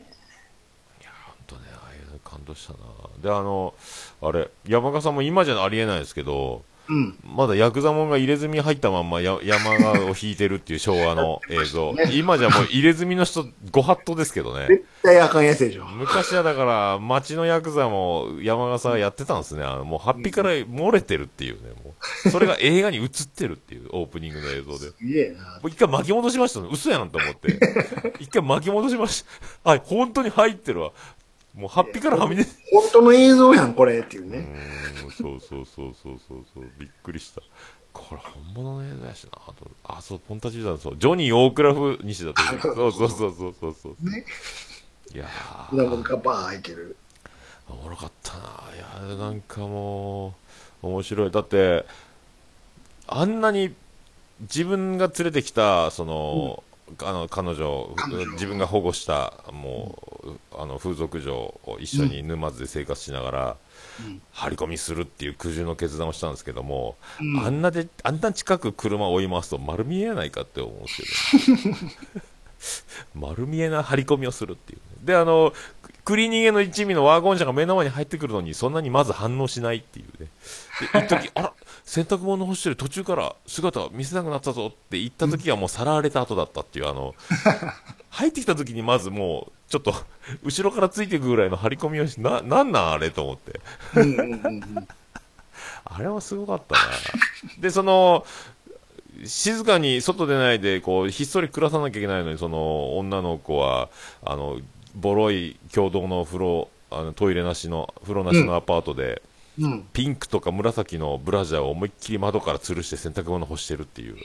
や、ほんとね、ああいうの感動したなで、あの、あれ、山川さんも今じゃありえないですけど、
うん。
まだヤクザモンが入れ墨入ったまんまや山川を引いてるっていう昭和の映像。今じゃもう入れ墨の人、ご法度ですけどね。
絶対あかんやつでしょ。
昔はだから、町のヤクザも山笠はやってたんですね。あの、もう、ハッピーから漏れてるっていうね、もう。それが映画に映ってるっていう、 <laughs> オープニングの映像で。も
すげえな。
う一回巻き戻しましたね。嘘やんと思って。一回巻き戻しました。 <laughs> はい、本当に入ってるわ。もう、ハッピーからはみ出て。
本当の映像やん、これっていう
う
ね。
ーん、そうそうそうそうそうそう、びっくりした。これ本物の映像やしなと思ってあ、そう、ポンタジーさん、そう、ジョニー・大倉風西田と。そうそうそうそうそうそう。
ね。
いやー。
裏物がバーン開いてる。
おもろかったないやなんかもう面白いだってあんなに自分が連れてきたその、あの彼女自分が保護したもう、あの風俗嬢を一緒に沼津で生活しながら、
うん
張り込みするっていう苦渋の決断をしたんですけども、
うん
あんなであんな近く車を追い回すと丸見えやないかって思うんですけど丸見えな張り込みをするっていうねであのクリーニングの一味のワゴン車が目の前に入ってくるのにそんなにまず反応しないっていうねで一時あら洗濯物干してる途中から姿見せなくなったぞって言った時はもうさらわれた後だったっていうあの入ってきた時にまずもうちょっと後ろからついていくぐらいの張り込みをしななんなんあれと思って
うんうんうんうん。
あれはすごかったな。で、その、静かに外出ないで、こう、ひっそり暮らさなきゃいけないのに、その、女の子は、あの、ボロい共同の風呂、あのトイレなしの、風呂なしのアパートで、
うん。
ピンクとか紫のブラジャーを思いっきり窓から吊るして洗濯物干してるっていう。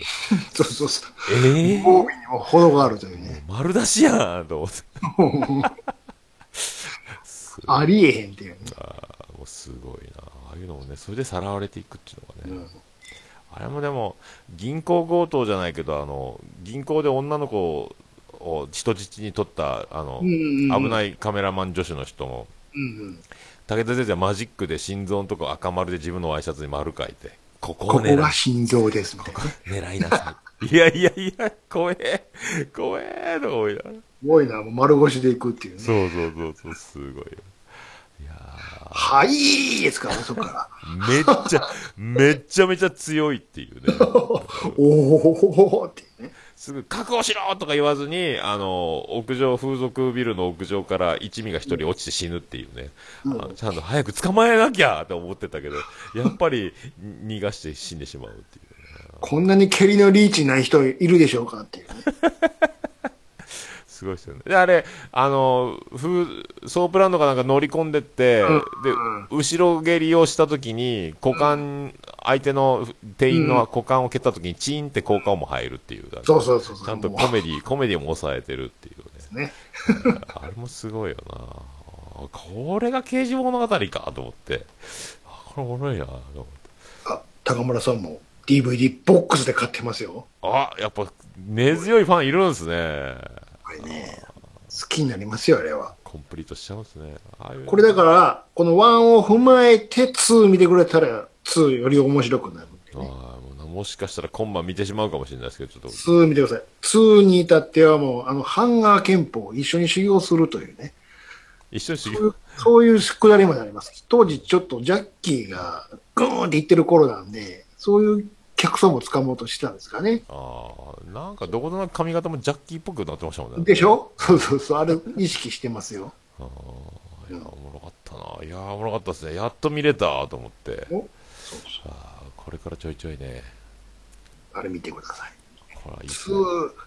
そうそうそう。
ええ
防備にも程があるというね。
丸出しやんと思って。
ありえへんっていうね。
あもうすごいな。ああいうのもね、それでさらわれていくっていうのがね。あれもでも、銀行強盗じゃないけど、あの、銀行で女の子を人質に取った、あの、
うんうんうん
危ないカメラマン女子の人も、
うんうん。
武田先生はマジックで心臓のとこ赤丸で自分のワイシャツに丸書いて、ここ
こ
を狙
こ
い
が心臓ですみたいなね。
狙いなさ
<laughs>
い。いやいやいや、怖え、怖え、とか思いながら。
すごいな、もう丸腰でいくっていうね。
そうそうそうそう、すごいよ。いや
はいーですからね、そこか
ーめっちゃ、めっちゃめちゃ強いっていうね。
ら。おーっていうね。
すぐ確保しろとか言わずに、あの、屋上、風俗ビルの屋上から一味が一人落ちて死ぬっていうね。あちゃんと早く捕まえなきゃって思ってたけど、やっぱりに逃がして死んでしまうっていう。
こんなに蹴りのリーチない人いるでしょうかっていうね。
すごいですよね。で、あれ、あの、ふソープランドかなんか乗り込んでって、
ん
で、後ろ蹴りをしたときに、股間、相手の店員の股間を蹴ったときに、チーンって効果音も入るっていう。なんか
そうそうそうそう。
ちゃんと
も
コメディ、コメディも抑えてるっていうね。
うね。
あれもすごいよな。あこれが刑事物語かと思って。あこれおもろいなと思って。
あ、高村さんも DVD ボックスで買ってますよ。
あ、やっぱ根強いファンいるんですね。
これね、好きになりますよ、あれは。
コンプリートしちゃうんですね。ああいう
これだから、この1を踏まえて2見てくれたら、2より面白くなるんで
ああ
ね。
もうなもしかしたら今晩見てしまうかもしれないですけど、ちょっと。
2見てください。2に至ってはもう、あの、ハンガー憲法を一緒に修行するというね。
一緒にし
そういうそういうくだりまであります。当時ちょっとジャッキーがグーンっていってる頃なんで、そういう客層も掴もうとしてたんですかね。
ああ、なんかどことなく髪型もジャッキーっぽくなってましたもんね。
でしょそうそうそう、あれ意識してますよ。
ああいや、おもろかったな。いや、おもろかったですね。やっと見れたと思って。
おそうそう。
ああこれからちょいちょいね。
あれ見てください。
これはいいっすね。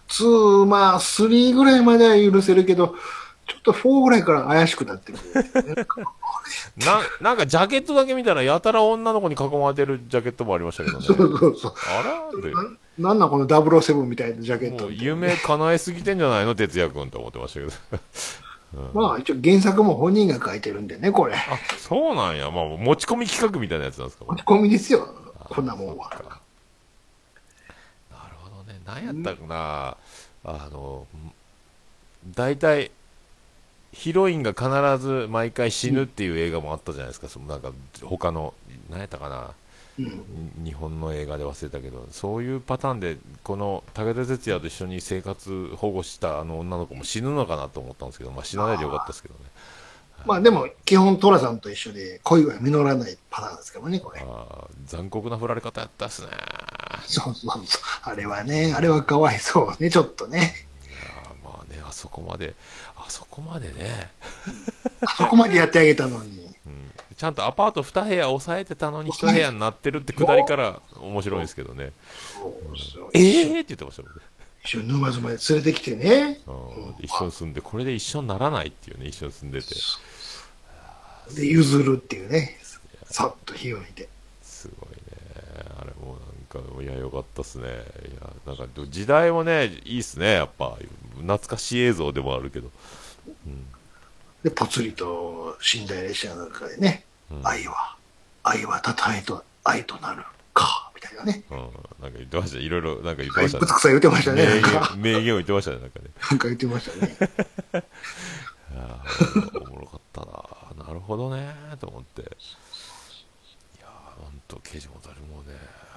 2、2、まあ3ぐらいまでは許せるけど、ちょっと4ぐらいから怪しくなってく
<laughs>
る。
ななんかジャケットだけ見たらやたら女の子に囲まれてるジャケットもありましたけど
そう
ね。
そうそう。
あら <laughs> っ
なんなんこの007みたいなジャケ
て、
ッ
も
ト
う。夢叶えすぎてんじゃないの哲也君と思ってましたけど。
まあ一応原作も本人が書いてるんでね、これ。
あ、そうなんや。まあ、持ち込み企画みたいなやつなんですか。こ
持
れ
ち込みですよ、こんなもんは。
なるほどね。なんやったかな。あの、ん大体、ヒロインが必ず毎回死ぬっていう映画もあったじゃないですか。そのなんか、他の、なんやったかな。
うん
に日本の映画で忘れたけどそういうパターンでこの武田鉄矢と一緒に生活保護したあの女の子も死ぬのかなと思ったんですけど、まあ、死なないでよかったですけどね
まあでも、基本、トラさんと一緒で恋は実らないパターンですからね、これ。
あー残酷な振られ方やったっすね
そうそうそう。あれはね、あれはかわいそうね、ちょっとね。
あーまあねあそこまであそこまでね、
あそこまでやってあげたのに。
うん、ちゃんとアパート2部屋押さえてたのに1部屋になってるってくだりから面白いんですけどね
そうそう
ええー、って言ってましたもんね
一緒に沼津まで連れてきてね。
うん一緒に住んでこれで一緒にならないっていうね一緒に住んでて
で、譲るっていうね。さっと火を見て。
すごいね、あれもなんか、いや、よかったっすね、いや、なんかど時代もね、いいっすね、やっぱ、懐かしい映像でもあるけど、
で、ぽつりと寝台列車の中でね。愛は、愛はたたえと愛となるか、みたいなね。
うん、なんか言ってました、いろいろ、なんか言って
ぶ
ま
つ
し
く
た
さ言ってました
ね、名
ね。なんか、
言名言を言ってましたね、なんかね、
なんか言ってましたね。
あーおもろかったな、なるほどね、と思って、いやー、ほんと、刑事も誰もね、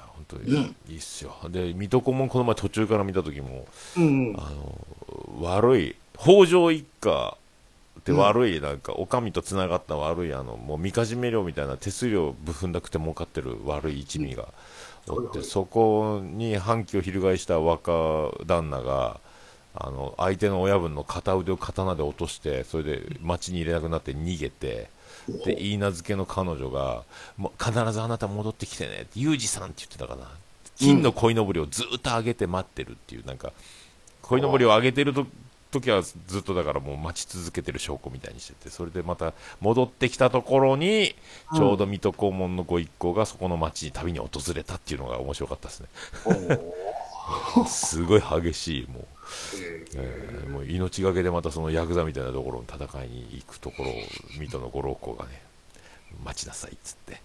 本当にいいっすよ、で、水戸黄門、この前、途中から見た時も、
うん。
あの悪い北条一家って悪い、なんかお上とつながった悪いあのもうみかじめ料みたいな手数料ぶふんだくて儲かってる悪い一味がおって、
うん
そこに反旗を翻した若旦那があの相手の親分の片腕を刀で落としてそれで町に入れなくなって逃げて。で言い名付けの彼女がもう必ずあなた戻ってきてねってユージさんって言ってたかな金の鯉のぼりをずっと上げて待ってるっていうなんか鯉のぼりを上げてると時はずっとだからもう待ち続けてる証拠みたいにしててそれでまた戻ってきたところにちょうど水戸黄門のご一行がそこの町に旅に訪れたっていうのが面白かったですねすごい激しいもうえーもう命がけでまたそのヤクザみたいなところの戦いに行くところを水戸の五郎公がね待ちなさいっつって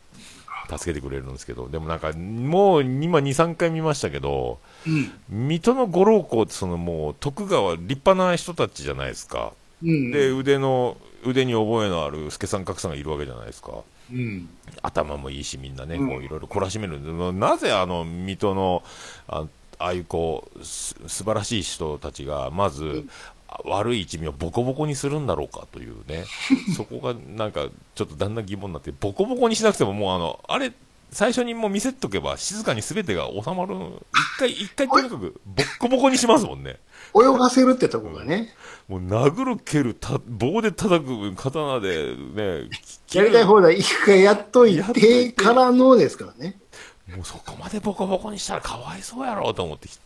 助けてくれるんですけどでもなんかもう今23回見ましたけど
うん。
水戸の五郎公ってそのもう徳川立派な人たちじゃないですか
うん。
で腕の腕に覚えのある助さん格さんがいるわけじゃないですか。
うん。
頭もいいし、みんなね、
うん
こういろいろ懲らしめる、なぜあの水戸のあああいうこうす素晴らしい人たちが、まず、あ悪い一味をボコボコにするんだろうかというね、 <laughs> そこがなんか、ちょっとだんだん疑問になって、ボコボコにしなくても、もうあの、あれ、最初にもう見せとけば、静かに全てが収まる、一回、一回とにかく、ボッコボコにしますもんね。
泳がせるってとこがね、
もう殴る、蹴る、た棒で叩く、刀でね、き
やりたい放題一回やっとい
やっといて
てからのですからね。
もうそこまでボコボコにしたらかわいそうやろうと思ってきて、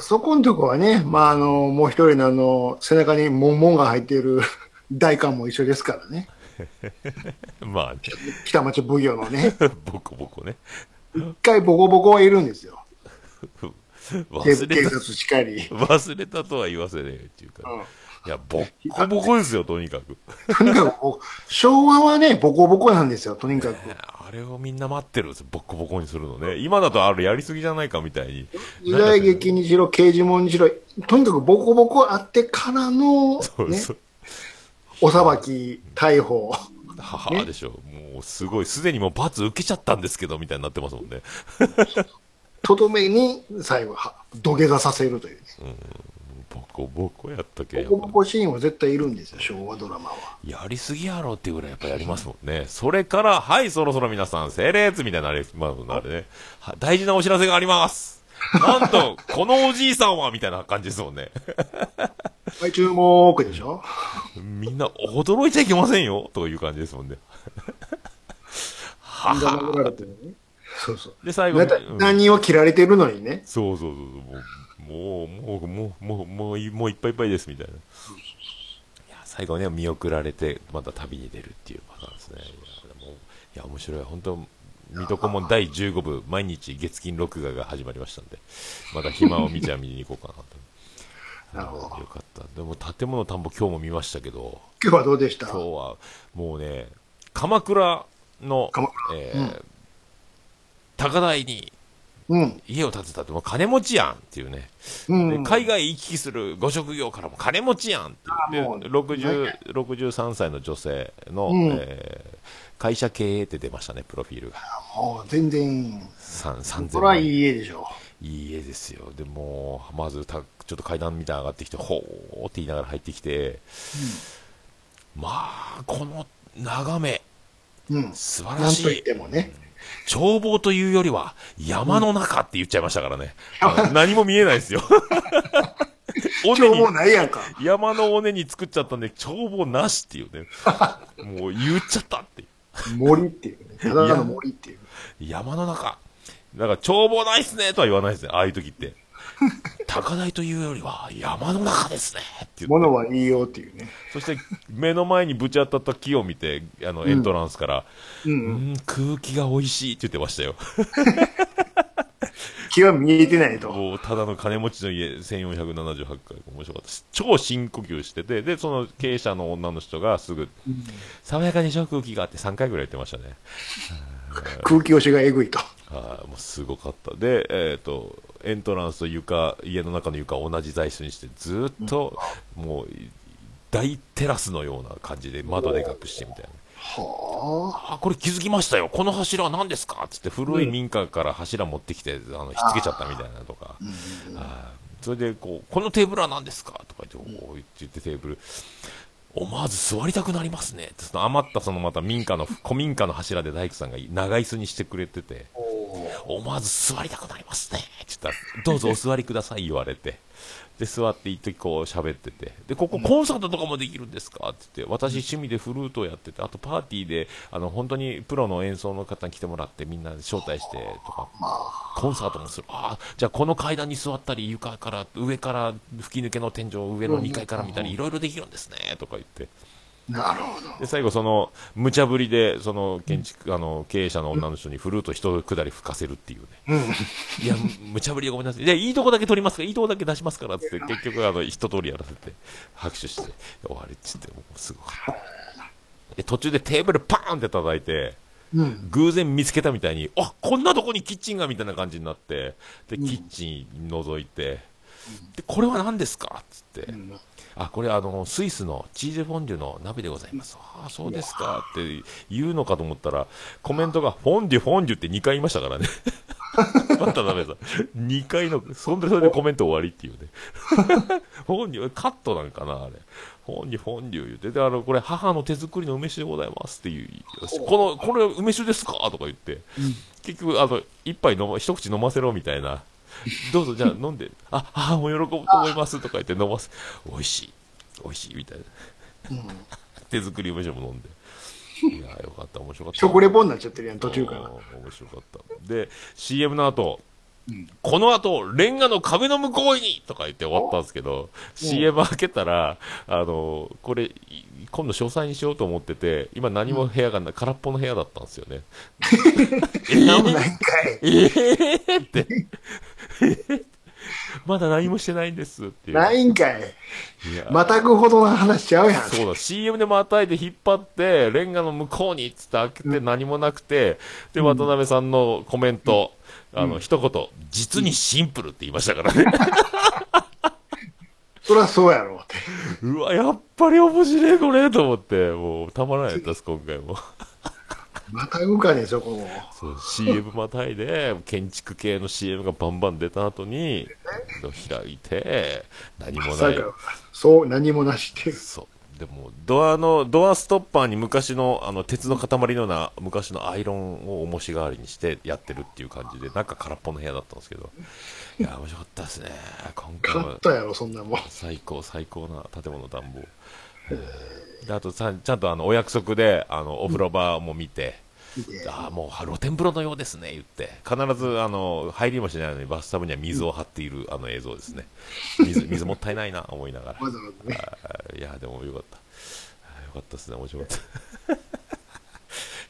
そこのとこはね、まあ、あの、もう一人のあの、背中にモンモンが入っている <laughs> 大官も一緒ですからね。
まあね、
北町奉行のね。
ボコボコね、
一回ボコボコはいるんですよ。警
忘
警
れ
察しかり。
た、忘れたとは言わせねえっていうか、
うん
いや、ボッコボコですよ、とにかく。
とにかくこう、昭和はね、ボコボコなんですよ、とにかく。
あれをみんな待ってるんですよ、ボッコボコにするのね。今だとあれやりすぎじゃないかみたいに。
時代劇にしろ、刑事もんにしろ、とにかくボコボコあってからの、
そう
ね
そ、う。
お裁き、逮捕。
母でしょ。もうすごい、すでにもう罰受けちゃったんですけど、みたいになってますもんね。
とどめに最後は土下座させるというね、
ボコボコやったけ
ボコボコシーンは絶対いるんですよ昭和ドラマは
やりすぎやろっていうぐらいやっぱやりますもんね。それから、はい、そろそろ皆さん、整列みたいになりますもんねあれね。は大事なお知らせがあります。なんと、このおじいさんは、みたいな感じですもんね。
はい注目でしょ
みんな驚いちゃいけませんよ、という感じですもんね。は
身が殴ら
は。
れてるねそうそう
で、最後
だ
に、
って
うん
何を切られてるのにね
そうそうそうそう、もう、もう、もう、もう、もう、もうい、もういっぱいいっぱいです、みたいな。いや、最後ね、見送られて、また旅に出るっていうパターンですね。いや、もう、いや、面白い。本当水戸黄門第15部、毎日月金録画が始まりましたんで、また暇を見ちゃ見に行こうかな
な
と
る。ほど
よかった。でも、建物田んぼ今日も見ましたけど、
今日はどうでした
今日はもうね、鎌倉の、
鎌
えー高台に
うん
家を建てたって、もう金持ちやんっていうね、
うん
で海外行き来するご職業からも金持ちやんってい
あーも
う
う
で60 63歳の女性の、
うん
えー会社経営って出ましたね、プロフィールが。
もう全然
さん3000
そら
万
い
円
い家でしょ
いい家ですよ。でもう、まずた、ちょっと階段みたいなの上がってきて、ほーって言いながら入ってきて、まあ、この眺め、
うん
素晴ら
なん
し
といっ
い。
てもね
眺望というよりは、山の中って言っちゃいましたからね。あ何も見えないです
<laughs>
よ。 <laughs> 尾根
今日
に
もう、ないやんか
山の尾根に作っちゃったんで、眺望なしっていうね。もう言っちゃったっていう。
森っていうねただの森っていう
山の中。だから、眺望ないっすねとは言わないですね。ああいう時って。高台というよりは、山の中ですねっていう。
物はいいよっていうね
そして、目の前にぶち当たった木を見て、あの、エントランスから、
う
うんん、空気が美味しいって言ってましたよ。
気は見えてないと
もうただの金持ちの家、1478回、面白かったし、超深呼吸してて、で、その経営者の女の人がすぐ、爽やかでしょ、空気がって3回ぐらい言ってましたね。
空気押しがえぐいと
はい、もうすごかった。で、えっ、と、エントランスと床、家の中の床を同じ材質にして、ずーっと、もう、大テラスのような感じで窓で隠してみたいな。
はあ
あ、これ気づきましたよ。この柱は何ですかつって古い民家から柱持ってきて、あの、ひっつけちゃったみたいなとか。あーそれで、こう、このテーブルは何ですかとか言って、おーって言ってテーブル、思わず座りたくなりますね。ってその余ったそのまた民家の、古民家の柱で大工さんが長椅子にしてくれてて、思わず座りたくなりますね。って言ったら、どうぞお座りください言われて。で、座って一時こう喋ってて。で、ここコンサートとかもできるんですかって言って、私趣味でフルートをやってて、あとパーティーで、あの、本当にプロの演奏の方に来てもらって、みんな招待してとか、コンサートもする。ああ、じゃあこの階段に座ったり、床から、上から吹き抜けの天井、上の2階から見たり、いろいろできるんですね、とか言って。
なるほど
で最後、その無茶ぶりでその建築、あの経営者の女の人にフルート一下り吹かせるっていうね、いや、む無茶ぶりでごめんなさい、いやいいとこだけ取りますから、いいとこだけ出しますからっつって、結局、あの一通りやらせて、拍手して、終わりっつって、もうすごかったで途中でテーブルパーンって叩いて、
うん
偶然見つけたみたいに、あこんなとこにキッチンがみたいな感じになって、でキッチン覗いて、でこれは何ですかっつって、
うん
あこれあのスイスのチーズフォンデュの鍋でございます、ああそうですかって言うのかと思ったらコメントがフォンデュフォンデュって2回言いましたからねまたダメだ2回のそんでそれでコメント終わりっていうねフォンデュカットなんかなあれフォンデュフォンデュ言ってであのこれ母の手作りの梅酒でございますっていうこのこれ梅酒ですかとか言って、結局あの一杯飲ま一口飲ませろみたいなどうぞじゃあ飲んで、あ、あもう喜ぶと思いますとか言って飲ます。美味しい、美味しいみたいな。手作り梅酒も飲んで。いやーよかった、面白かった。
食レポになっちゃってるやん、途中から。
うん面白かった。で、CM の後、
うん
この後、レンガの壁の向こうにとか言って終わったんですけど、CM 開けたら、あの、これ、い今度詳細にしようと思ってて、今何も部屋がな、空っぽの部屋だったんですよ
<laughs>
ね。え
なんもないんかい。
えーって。まだ何もしてないんですっていう。
ないんかい。
いや
またぐほどの話しちゃうやん。
そうだ、CM でまたいで引っ張って、レンガの向こうにっつって開けて何もなくて、で、渡辺さんのコメント、あの、一言、実にシンプルって言いましたからね。
そりゃそうやろうって。
うわ、やっぱり面白いこれと思って、もうたまらないです、今回も。
またぐかね、そこも。
そう CM またいで建築系の CM がバンバン出た後に開いて何も
ま
な
さ
い
か、そう、何もなしって。
そうでもドアのドアストッパーに昔のあの鉄の塊のような昔のアイロンを重し代わりにしてやってるっていう感じでなんか空っぽの部屋だったんですけどいや面白かったですね今回
カ
は
ットやろ、そんなもん。
最高最高な建物暖房であとさちゃんとあのお約束であのお風呂場も見て、
見て
ああもう露天風呂のようですね言って必ずあの入りもしないのにバスタブには水を張っているあの映像ですね水水もったいないな思いながら
わざわざね。
あーいやでもよかったあーよかったですね面白かった <laughs>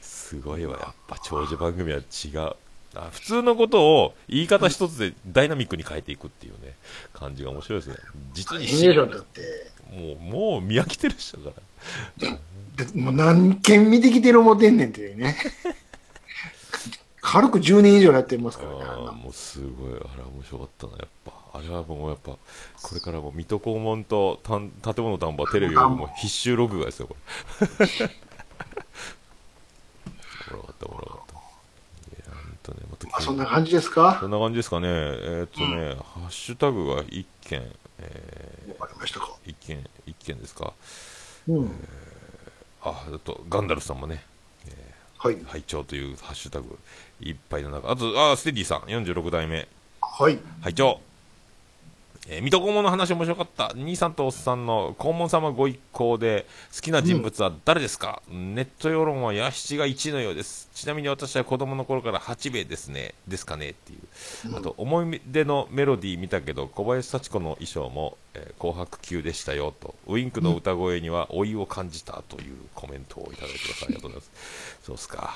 すごいわやっぱ長寿番組は違うあ普通のことを言い方一つでダイナミックに変えていくっていうね感じが面白いですね実に
シミュレーションだって。
もうもう見飽きてる人だから
でもう何件見てきてる思ってんねんってね。 <laughs> 軽く10年以上やってますからねあん
あ
な
あ
もん。
もうすごいあれは面白かったなやっぱあれはもうやっぱこれからも水戸黄門とたん建物丹波テレビよりも必修録画ですよこ
<laughs>
れ <laughs> おもろかったおもろかったいやほんとねまた
まあ、そんな感じですか
そんな感じですかねえーっとね、ハッシュタグが1件え
わかりましたか。
1件一件ですか
うん。
ああとガンダルフさんもね
はい。
拝聴というハッシュタグいっぱいの中あとあーステディさん46代目
はい。
拝聴、えー水戸黄門の話面白かった兄さんとおっさんの黄門様ご一行で好きな人物は誰ですか、ネット世論は弥七が1のようですちなみに私は子供の頃から八兵衛ですねですかねっていうあと思い出のメロディー見たけど小林幸子の衣装も、えー紅白級でしたよとウインクの歌声には老いを感じたというコメントをいただいてくださいありがとうございますそうっすか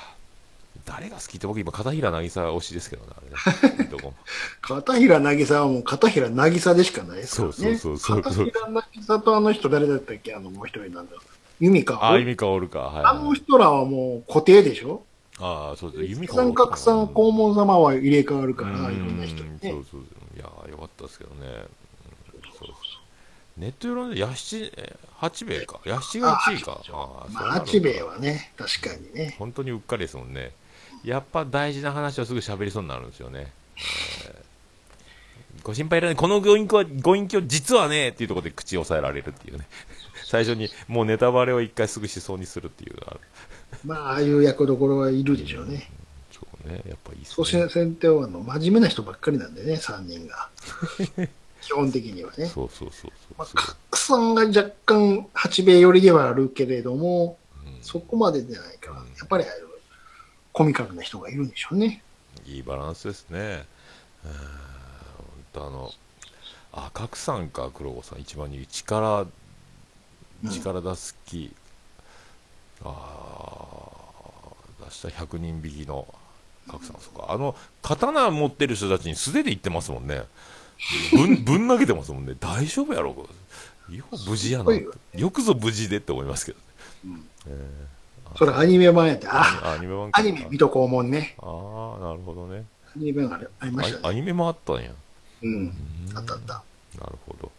誰が好きって僕今片平渚推しですけどなあれね水戸黄門
片平渚はもう片平渚でしかないですからね。
そうそうそうそうそう
片平渚とあの人誰だったっけあのもう一人なんだ。由美か。
あ、ユミカオルか。はい、
あの人らはもう固定でしょ
ああ、そうです。ユミカオ
三
ルか。
角さん、黄門様は入れ替わるか
う
ら、い
ん
ろんな人にね
そ。うそうそう。いやー、よかったですけどね。うんそうそうネット世論で、ヤシ、え八兵衛か。ヤシが1位か。あ
まあ、八兵衛。はね、確かにね。
本当にうっかりですもんね。やっぱ大事な話をすぐ喋りそうになるんですよね。えーご心配いらない。このご隠居は、ご隠居実はね、っていうところで口を押さえられるっていうね。 <laughs> 最初にもうネタバレを一回すぐしそうにするっていう。あ
まあ、ああいう役どころはいるでしょうね。
そうね。やっぱいいっす
そうし
ね
ない。先手はあの真面目な人ばっかりなんでね、3
<laughs>
人が。基本的にはね。
そうそうそうそ
ま
う
あ、。角さんが若干八兵衛寄りではあるけれども、そこまでじゃないから、やっぱりああいうコミカルな人がいるんでしょうね。
いいバランスですね。うーん本当あの、あ、角さんか、黒子さん、一番に力、力出す気、ああ、出した100人引きの角さん、そうか。あの、刀持ってる人たちに素手で行ってますもんね。ぶん、 <laughs> ぶん投げてますもんね。大丈夫やろ、これよう無事や
すご
な。
いよ
よくぞ無事でって思いますけど。
それアニメ版やって、あ、
あ、アニメ版か
アニメ、水戸黄門ね。
ああ、なるほどね。
アニメ版ありました
あア
ね。
ニメもあったんや。
うん。あったあった。
なるほど。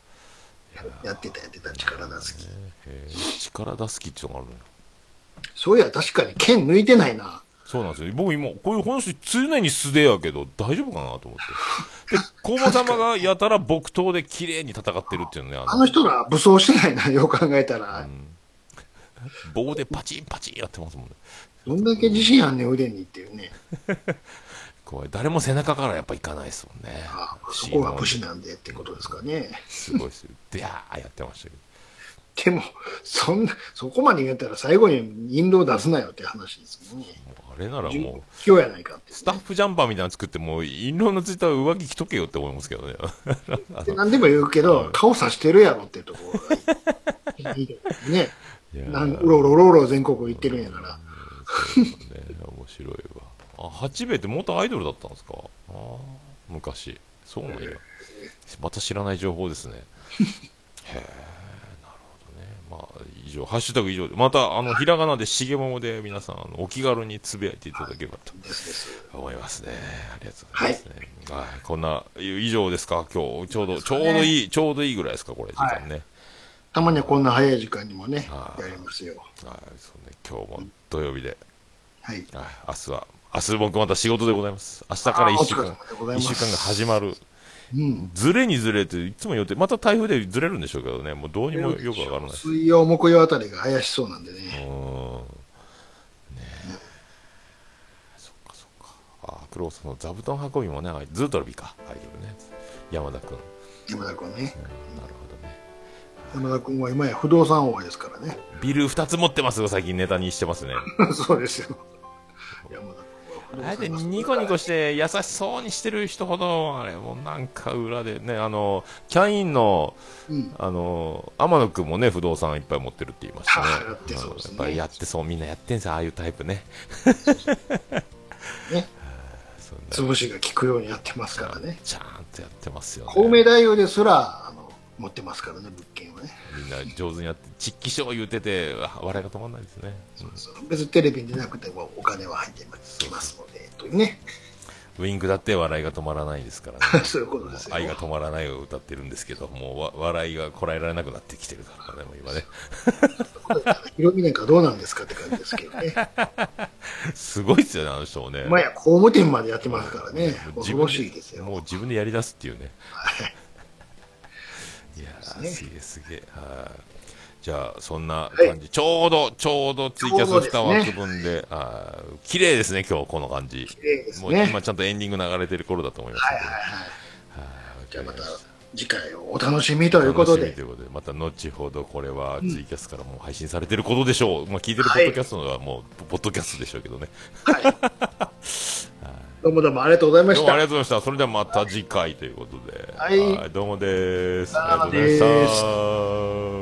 やってたやってた力出す気
へー力出す気っていうのがあるのよ。
そういや確かに剣抜いてないな
そうなんですよ。僕今、こういう本数常に素手やけど、大丈夫かなと思って。で、工房様がやたら木刀で綺麗に戦ってるっていうのね、あ
あの人ら武装してない <laughs> なよく考えたら
棒でパチンパチンやってますもんね。
どんだけ自信あんねん腕にっていうね
怖い。誰も背中からやっぱ行かないですもんね
あ。そ
不
こ
思
が
議な
武士なんでってことですかね
すごいですよ。でやーやってましたけど。
でもそんなそこまで言ったら最後に引導出すなよって話ですもんね
もうあれならもう、
卑怯やないかって
スタッフジャンパーみたいなの作って、もう、印籠のついた上着着とけよって思いますけどね。 <laughs>
で何でも言うけど顔さしてるやろって
<laughs>
いうところがいいいいですね
いやー
なんうろうろうろうろ全国行ってるんやから
そうですね、面白いわ。あ、八兵衛って元アイドルだったんですか。あー昔。そうなんや。また知らない情報ですね。へえ、なるほどね。まあ、以上、ハッシュタグ以上で、また、あ <laughs> の、ひらがなでしげももで、皆さん、あの、お気軽につぶやいていただければと
ですです
思いますね。ありがとうございますね。はい、こんな、以上ですか、今日、ちょうど、ちょうどいい、ちょうどいいぐらいですか、これ、時間ね。
たまにはこんな早い時間にもね
は、い
やりますよ。
はい、そうね、今日も土曜日で。
はい。
あ明日は、明日僕また仕事でございます。明日から1週
あー
間
お疲れ様でござい、
一
ます
週間が始まる。
うん。
ずれにずれて、いつも予定、また台風でずれるんでしょうけどね、もうどうにもよくわからない。う
水曜、木曜あたりが怪しそうなんでね。
ーん。ねえ。そっかそっか。ああ、クロさんの座布団運びもね、あいずっとルビか、アイドルね。山田君。
山田君ね
う。んなるほどね。
山田君は今や不動産王ですからね。 <laughs>
ビル2つ持ってますよ、最近ネタにしてますね。
そうですよ。山田君
あ
は
え
不動
て
産王
ニコニコして優しそうにしてる人ほど、あれもうなんか裏でね、あの、キャインの、
うん
あの、天野くんもね、不動産いっぱい持ってるって言いましたね。
やってそうですね
んやっぱりやってそう、みんなやってんすよ、ああいうタイプね。
<laughs> ね
<laughs> そんな
潰しが効くようにやってますからね。
ちゃんとやってますよね。
公明大王ですら、あの、持ってますからね、物件をね。
みんな上手にやって、実機賞言うてて、わ笑いが止まんないですね。うん
そう別にテレビに出なくてもお金は入ってきますので、というね。 <laughs>
ウイングだって笑いが止まらないですからね。
そういうこと <laughs> ですよ。
愛が止まらないを歌ってるんですけど、もうわ笑いがこらえられなくなってきてるからね、もう今ね。
色味なんかどうなんですかって感じですけどね。
すごいっすよね、あの人もね。
まあいや、公務店までやってますから
もう
ね、
自
恐
分
ろしいですよ。
もう自分でやりだすっていうね。
はい
いや
そ
ー、
うです
げえすげえ。はい。じゃあ、そんな感じ、ちょうど、ちょうどツイキャス2枠分で、あー綺麗ですね、今日この感じ。綺
麗ですね
もう今ちゃんとエンディング流れてる頃だと思います
はい
け
はい
ど。
は
はい
い。じゃあまた
わかりまし
次回をお楽しみということ
楽しみと、
で
いうことで、また後ほどこれはツイキャスからもう配信されてることでしょう。まあ聞いてるポッドキャストのはもう、ポッドキャストでしょうけどね。
どうもどうもありがとうございま
どう
し
もあ
た
り。がとうございました。それではまた次回ということで。
はい
どうもです。ありがとうご
どうも
ざ
で
い
す
ました。